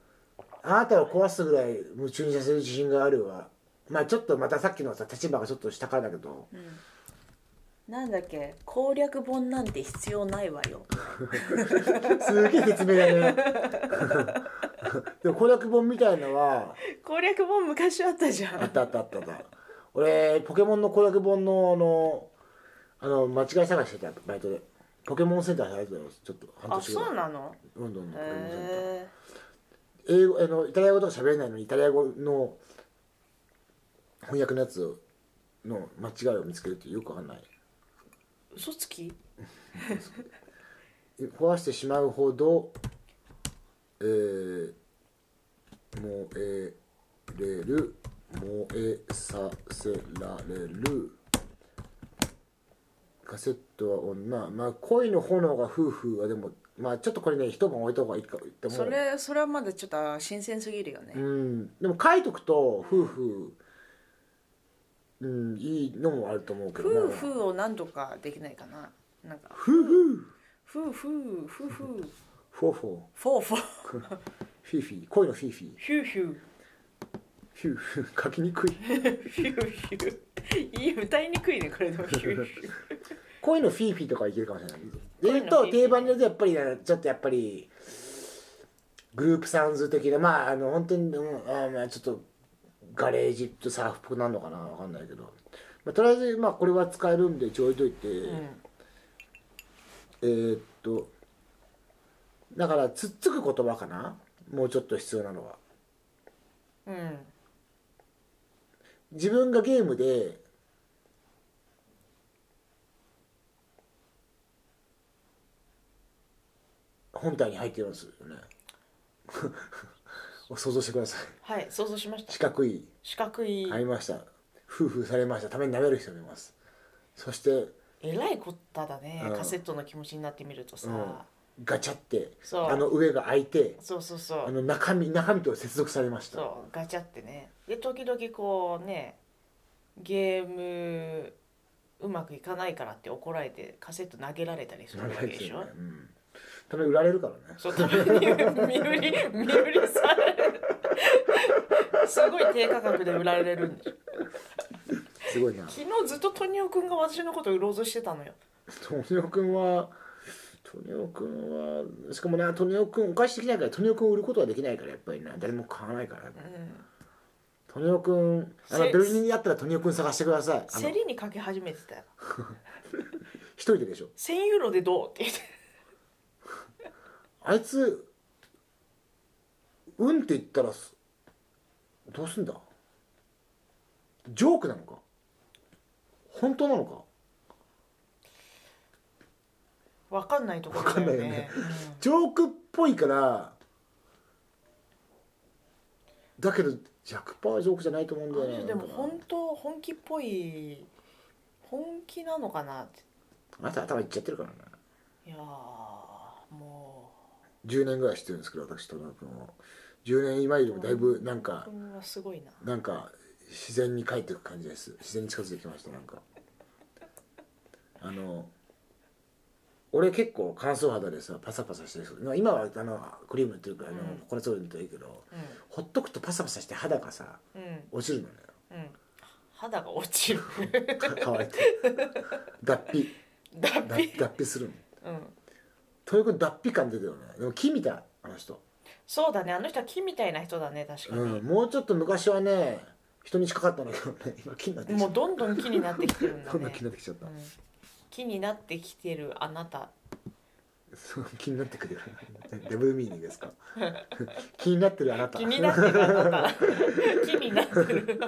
S2: あなたを壊すぐらい夢中にさせる自信があるわまあちょっとまたさっきのさ立場がちょっと下からだけど、
S3: なんだっけ攻略本なんて必要ないわよ
S2: すげえ説明だねでも攻略本みたいのは
S3: 攻略本昔あったじゃ
S2: あっ
S3: ん
S2: たあったあったあった俺ポケモンの攻略本のあのあの間違い探してたバイトでポケモンセンター入ってたよちょっと半
S3: あ
S2: 年ぐら
S3: そう
S2: い
S3: なの
S2: ロンドンのポケモンセンター
S3: へ
S2: 英語あのイタリア語とか喋れないのにイタリア語の翻訳のやつの間違いを見つけるってよくわかんない
S3: え嘘つき
S2: 壊してしまうほどえー、燃えれる燃えさせられるカセットは女まあ恋の炎が夫婦はでもまあちょっとこれね一晩置いた方がいいかって思う
S3: それそれはまだちょっと新鮮すぎるよね
S2: うん、でも書いとくと夫婦、うん、いいのもあると思うけどな
S3: 夫婦を何とかできないかななんか
S2: 夫婦
S3: 夫婦夫婦
S2: フォーフォー
S3: フォーフォー
S2: フィーフィー恋のフィーフィー
S3: ヒューヒュ
S2: フィーフィー書きにくい
S3: ーヒューヒューいい歌いにくいねこれでもヒューヒュー
S2: 恋のフィーフィーとかはいけるかもしれないで
S3: 恋の
S2: 言
S3: フィーフィー
S2: うと定番で言うとやっぱりねちょっとやっぱりグループサウンズ的なまああの本当に、うんあーまあちょっとガレージとサーフっぽくなるのかなわかんないけど、まあ、とりあえずまあこれは使えるんで一応置いといて、
S3: うん
S2: えーっとだからつっつく言葉かなもうちょっと必要なのは
S3: うん
S2: 自分がゲームで本体に入ってますよね <laughs> 想像してください
S3: はい想像しました
S2: 四角い
S3: 四角い、
S2: ありました夫婦されましたために舐める人もいますそして
S3: えらいこっただね、
S2: うん
S3: カセットの気持ちになってみるとさ、
S2: うんガチャって
S3: そう
S2: あの上が開いて
S3: そうそうそう
S2: あの中身中身と接続されました
S3: そうガチャってねで時々こうねゲームうまくいかないからって怒られてカセット投げられたりするわけでしょ
S2: 長いですよねうんたまに売られるからね
S3: そうたまに身売り身売りされるすごい低価格で売られるんでしょ
S2: すごい
S3: <laughs>
S2: な
S3: 昨日ずっとトニオくんが私のことを売ろうとしてたのよ
S2: トニオくんはトニオくんはしかもなトニオくんお返しできないからトニオくんを売ることはできないからやっぱりな誰も買わないから、
S3: うん
S2: トニオくんあのベ
S3: せ
S2: ルリンにあったらトニオくん探してくださいあの
S3: 競りにかけ始めてたよ
S2: 一人ででしょ
S3: 1000ユーロでどうって言って
S2: あいつうんって言ったらすどうすんだジョークなのか本当なのか
S3: 分かんないところだ
S2: わ
S3: よ
S2: かんないよ
S3: ね
S2: ねジョークっぽいからだけど100%ジョークじゃないと思うん
S3: う
S2: だ
S3: んあの
S2: よ
S3: 人
S2: な
S3: でも本当本気っぽい本気なのかなって
S2: あなた頭いっちゃってるからね
S3: いやーも
S2: 10年ぐらいしてるんですけど私となくんを10年今よりもだいぶなん
S3: う
S2: か
S3: これはすごいな
S2: なんか自然に帰っていく感じです自然に近づいてきましたなんかあの俺結構乾燥肌でさパサパサしてる人今はあのクリーム塗ってるからあの
S3: うん
S2: ココナッツオイル塗っていいけどほっとくとパサパサして肌がさ
S3: うんうん
S2: 落ちるのね
S3: うん肌が
S2: <laughs>
S3: 落ちる
S2: か乾いて脱皮
S3: 脱
S2: 脱
S3: 皮
S2: 脱皮するの
S3: うん
S2: とにかく脱皮感出てるよねでも木みたいあの人
S3: そうだねあの人は木みたいな人だね確か
S2: うん
S3: に、
S2: もうちょっと昔はね人に近かったんだけどね <laughs> 今木になってきち
S3: も
S2: ゃっ
S3: うどんどん木になってきてるん
S2: た
S3: だ
S2: どん
S3: ね
S2: どん木になってきちゃった
S3: うん、木になってきてるあなた
S2: そう気になってくるよねダブルミーニングです <laughs> か気になってるあなた
S3: 気になってるあなた木になってる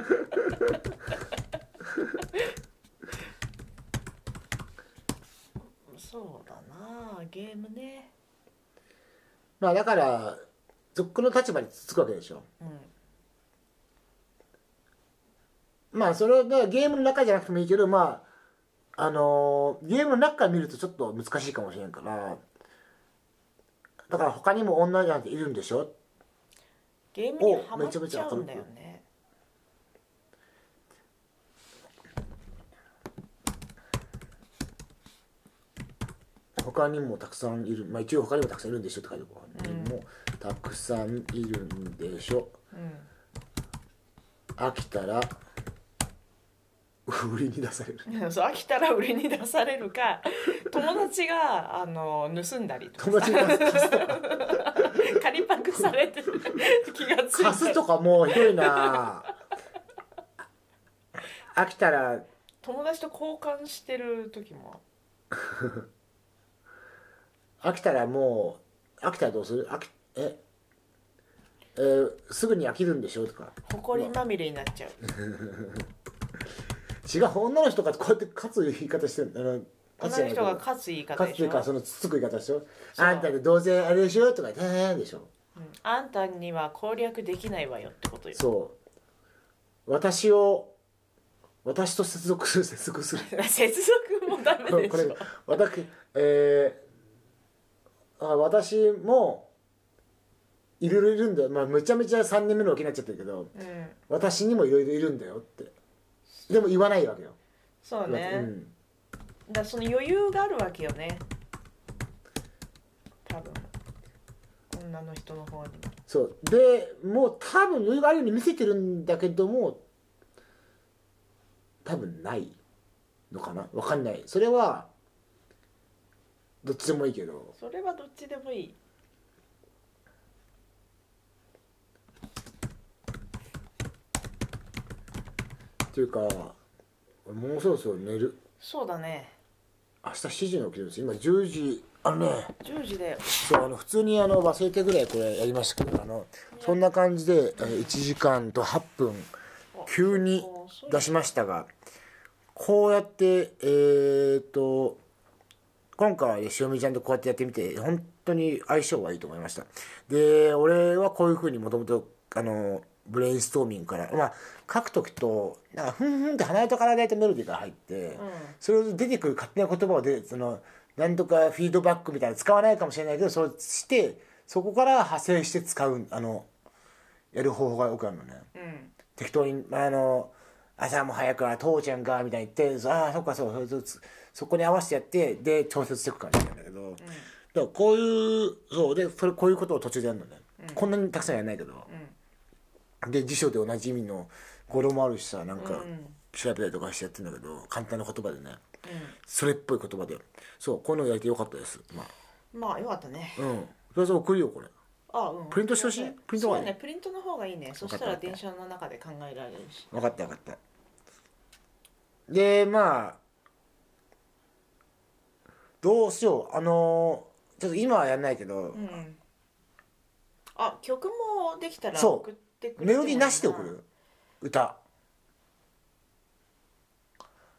S3: そうだなゲームね
S2: <laughs> まあだから属の立場につくわけでしょ
S3: うん
S2: まあそれはだからゲームの中じゃなくてもいいけどまああのーゲームの中から見るとちょっと難しいかもしれんからだから他にも女なんているんでしょ
S3: ゲームにハマっちゃうんだよね
S2: 他にもたくさんいるまあ一応他にもたくさんいるんでしょって書いておこう、
S3: うん
S2: もうたくさんいるんでしょ
S3: うん
S2: 飽きたら <laughs> 売りに出される
S3: <laughs> そう飽きたら売りに出されるか <laughs> 友達があの盗んだりとか
S2: 友達に貸すとか
S3: 借りパクされてる気がつい
S2: 貸す
S3: て
S2: とかもうひどいな飽きたら
S3: 友達と交換してる時も
S2: 飽きたらもう飽きたらどうする飽きええーすぐに飽きるんでしょとか
S3: 埃まみれになっちゃう
S2: 違う女の人がこうやって勝つ言い方してるあの勝つ
S3: 女の人が
S2: 勝
S3: 勝つ言い方
S2: 勝つって
S3: でし
S2: いうか
S3: ょ
S2: そのつつく言い方でしょ
S3: そう
S2: あんたでどうせあれでしょとか言ってへーでしょ
S3: うんあんたには攻略できないわよってことよ
S2: そう私を私と接続する接続する
S3: <laughs> 接続もダメ
S2: こ
S3: で
S2: れ
S3: しょ
S2: 私えーあ私もいろいろいるんだよ、まあ、むちゃめちゃ3年目の時になっちゃってるけど
S3: うん
S2: 私にもいろいろいるんだよってでも言わないわけよ、
S3: そうね、
S2: う
S3: だ
S2: ん、
S3: からその余裕があるわけよね多分女の人の方にも
S2: そうでもう多分余裕があるように見せてるんだけども多分ないのかなわかんないそれはどっちでもいいけど
S3: それはどっちでもいい
S2: というかもうそろそろ寝る
S3: そうだね
S2: 明日7時に起きるんです今10時あのね
S3: 10時だよ
S2: そうあの普通にあの忘れてぐらいこれやりましたけどあのそんな感じでえー1時間と8分急に出しましたがこうやってえーっと今回はしおみちゃんとこうやってやってみて本当に相性がいいと思いましたで俺はこういうふうにもともとあのブレインストーミングから、まあ、書く時となんかふんふんって鼻歌から大体メロディーが入って、それを出てくる勝手な言葉をでそのなんとかフィードバックみたいなの使わないかもしれないけどそれしてそこから派生して使うあのやる方法がよくあるのね。
S3: うん
S2: 適当に、まあ、あの朝も早くから父ちゃんがみたいに言ってああそっかそうそうそそこに合わせてやってで調節していく感じなんだけど、だからこういうそうでそれこういうことを途中でやるのね、こんなにたくさんやらないけど、で辞書で同じ意味の語呂もあるしさなんか調べたりとかしてやってんだけど簡単な言葉でね、それっぽい言葉でそうこういうのやれてよかったですまあ
S3: まあよかったね
S2: うんそれは送るよこれ
S3: あうん
S2: プリントしてほしいプリント
S3: そ
S2: が
S3: う
S2: いい
S3: ねプリントの方がいいねそした
S2: わ
S3: ら
S2: かった
S3: 電車の中で考えられるし
S2: 分かった分かったでまあどうしようあのーちょっと今はやんないけど、
S3: うんあ曲もできたら
S2: そう
S3: 送ってくれてもいい
S2: メロディーなしで送る歌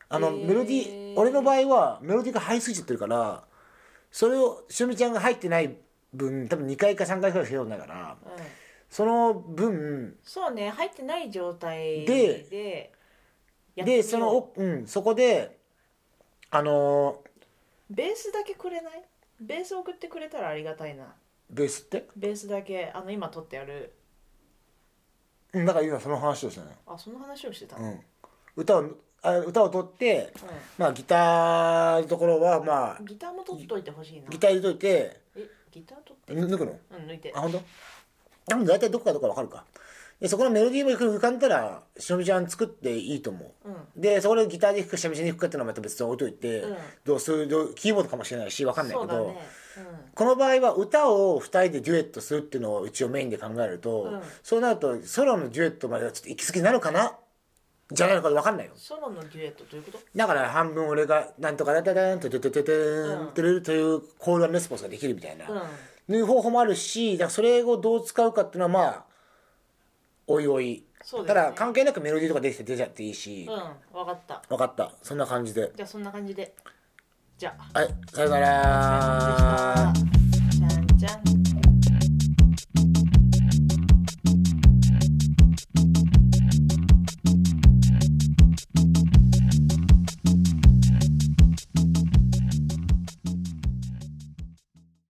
S2: あの、
S3: えー
S2: メロディー俺の場合はメロディーが入りすぎちゃってるからそれをしおみちゃんが入ってない分多分2回か3回くらいしか読んだから
S3: うん
S2: その分
S3: そうね入ってない状態
S2: で
S3: でやってみよ
S2: で
S3: う
S2: そのおうんそこであの
S3: ベースだけくれないベース送ってくれたらありがたいな
S2: ーベースって
S3: ベースだけあの今撮ってある
S2: うんだから今その話をしたね
S3: あその話をしてた
S2: う
S3: の
S2: ん、歌をあ歌を取って、まあ、ギターのところはまあ
S3: うんギターも取っといてほしいな
S2: ギター入れといて
S3: えギター取って
S2: ぬ抜くの
S3: うん抜いて
S2: あ本当でも大体どこかどこか分かるかでそこのメロディーも浮かんだらしのみちゃん作っていいと思う
S3: うん
S2: でそこでギターで弾くかしのみちゃんで弾くかっていうのはまた別に置いといて、
S3: うん
S2: どうするどうキーボードかもしれないし分かんない
S3: そ
S2: け
S3: うだ
S2: ど、
S3: ね
S2: この場合は歌を2人でデュエットするっていうのを一応メインで考えると、
S3: うん
S2: そうなるとソロのデュエットまではちょっと行き過ぎなのかなじゃないのか分かんないよ
S3: うんソロのデュエットどういうこと
S2: だから半分俺がなんとかだだだんとててててーんてるというコールアンレスポンスができるみたいな、
S3: うん
S2: いう方法もあるしだからそれをどう使うかっていうのはまあおいおい、
S3: そうだ
S2: た
S3: よね
S2: だ関係なくメロディーとかできて出ちゃっていいし、
S3: うんわかった
S2: 分かったそんな感じで
S3: じゃあそんな感じでじゃあ
S2: はいさよなら
S3: じゃんじゃん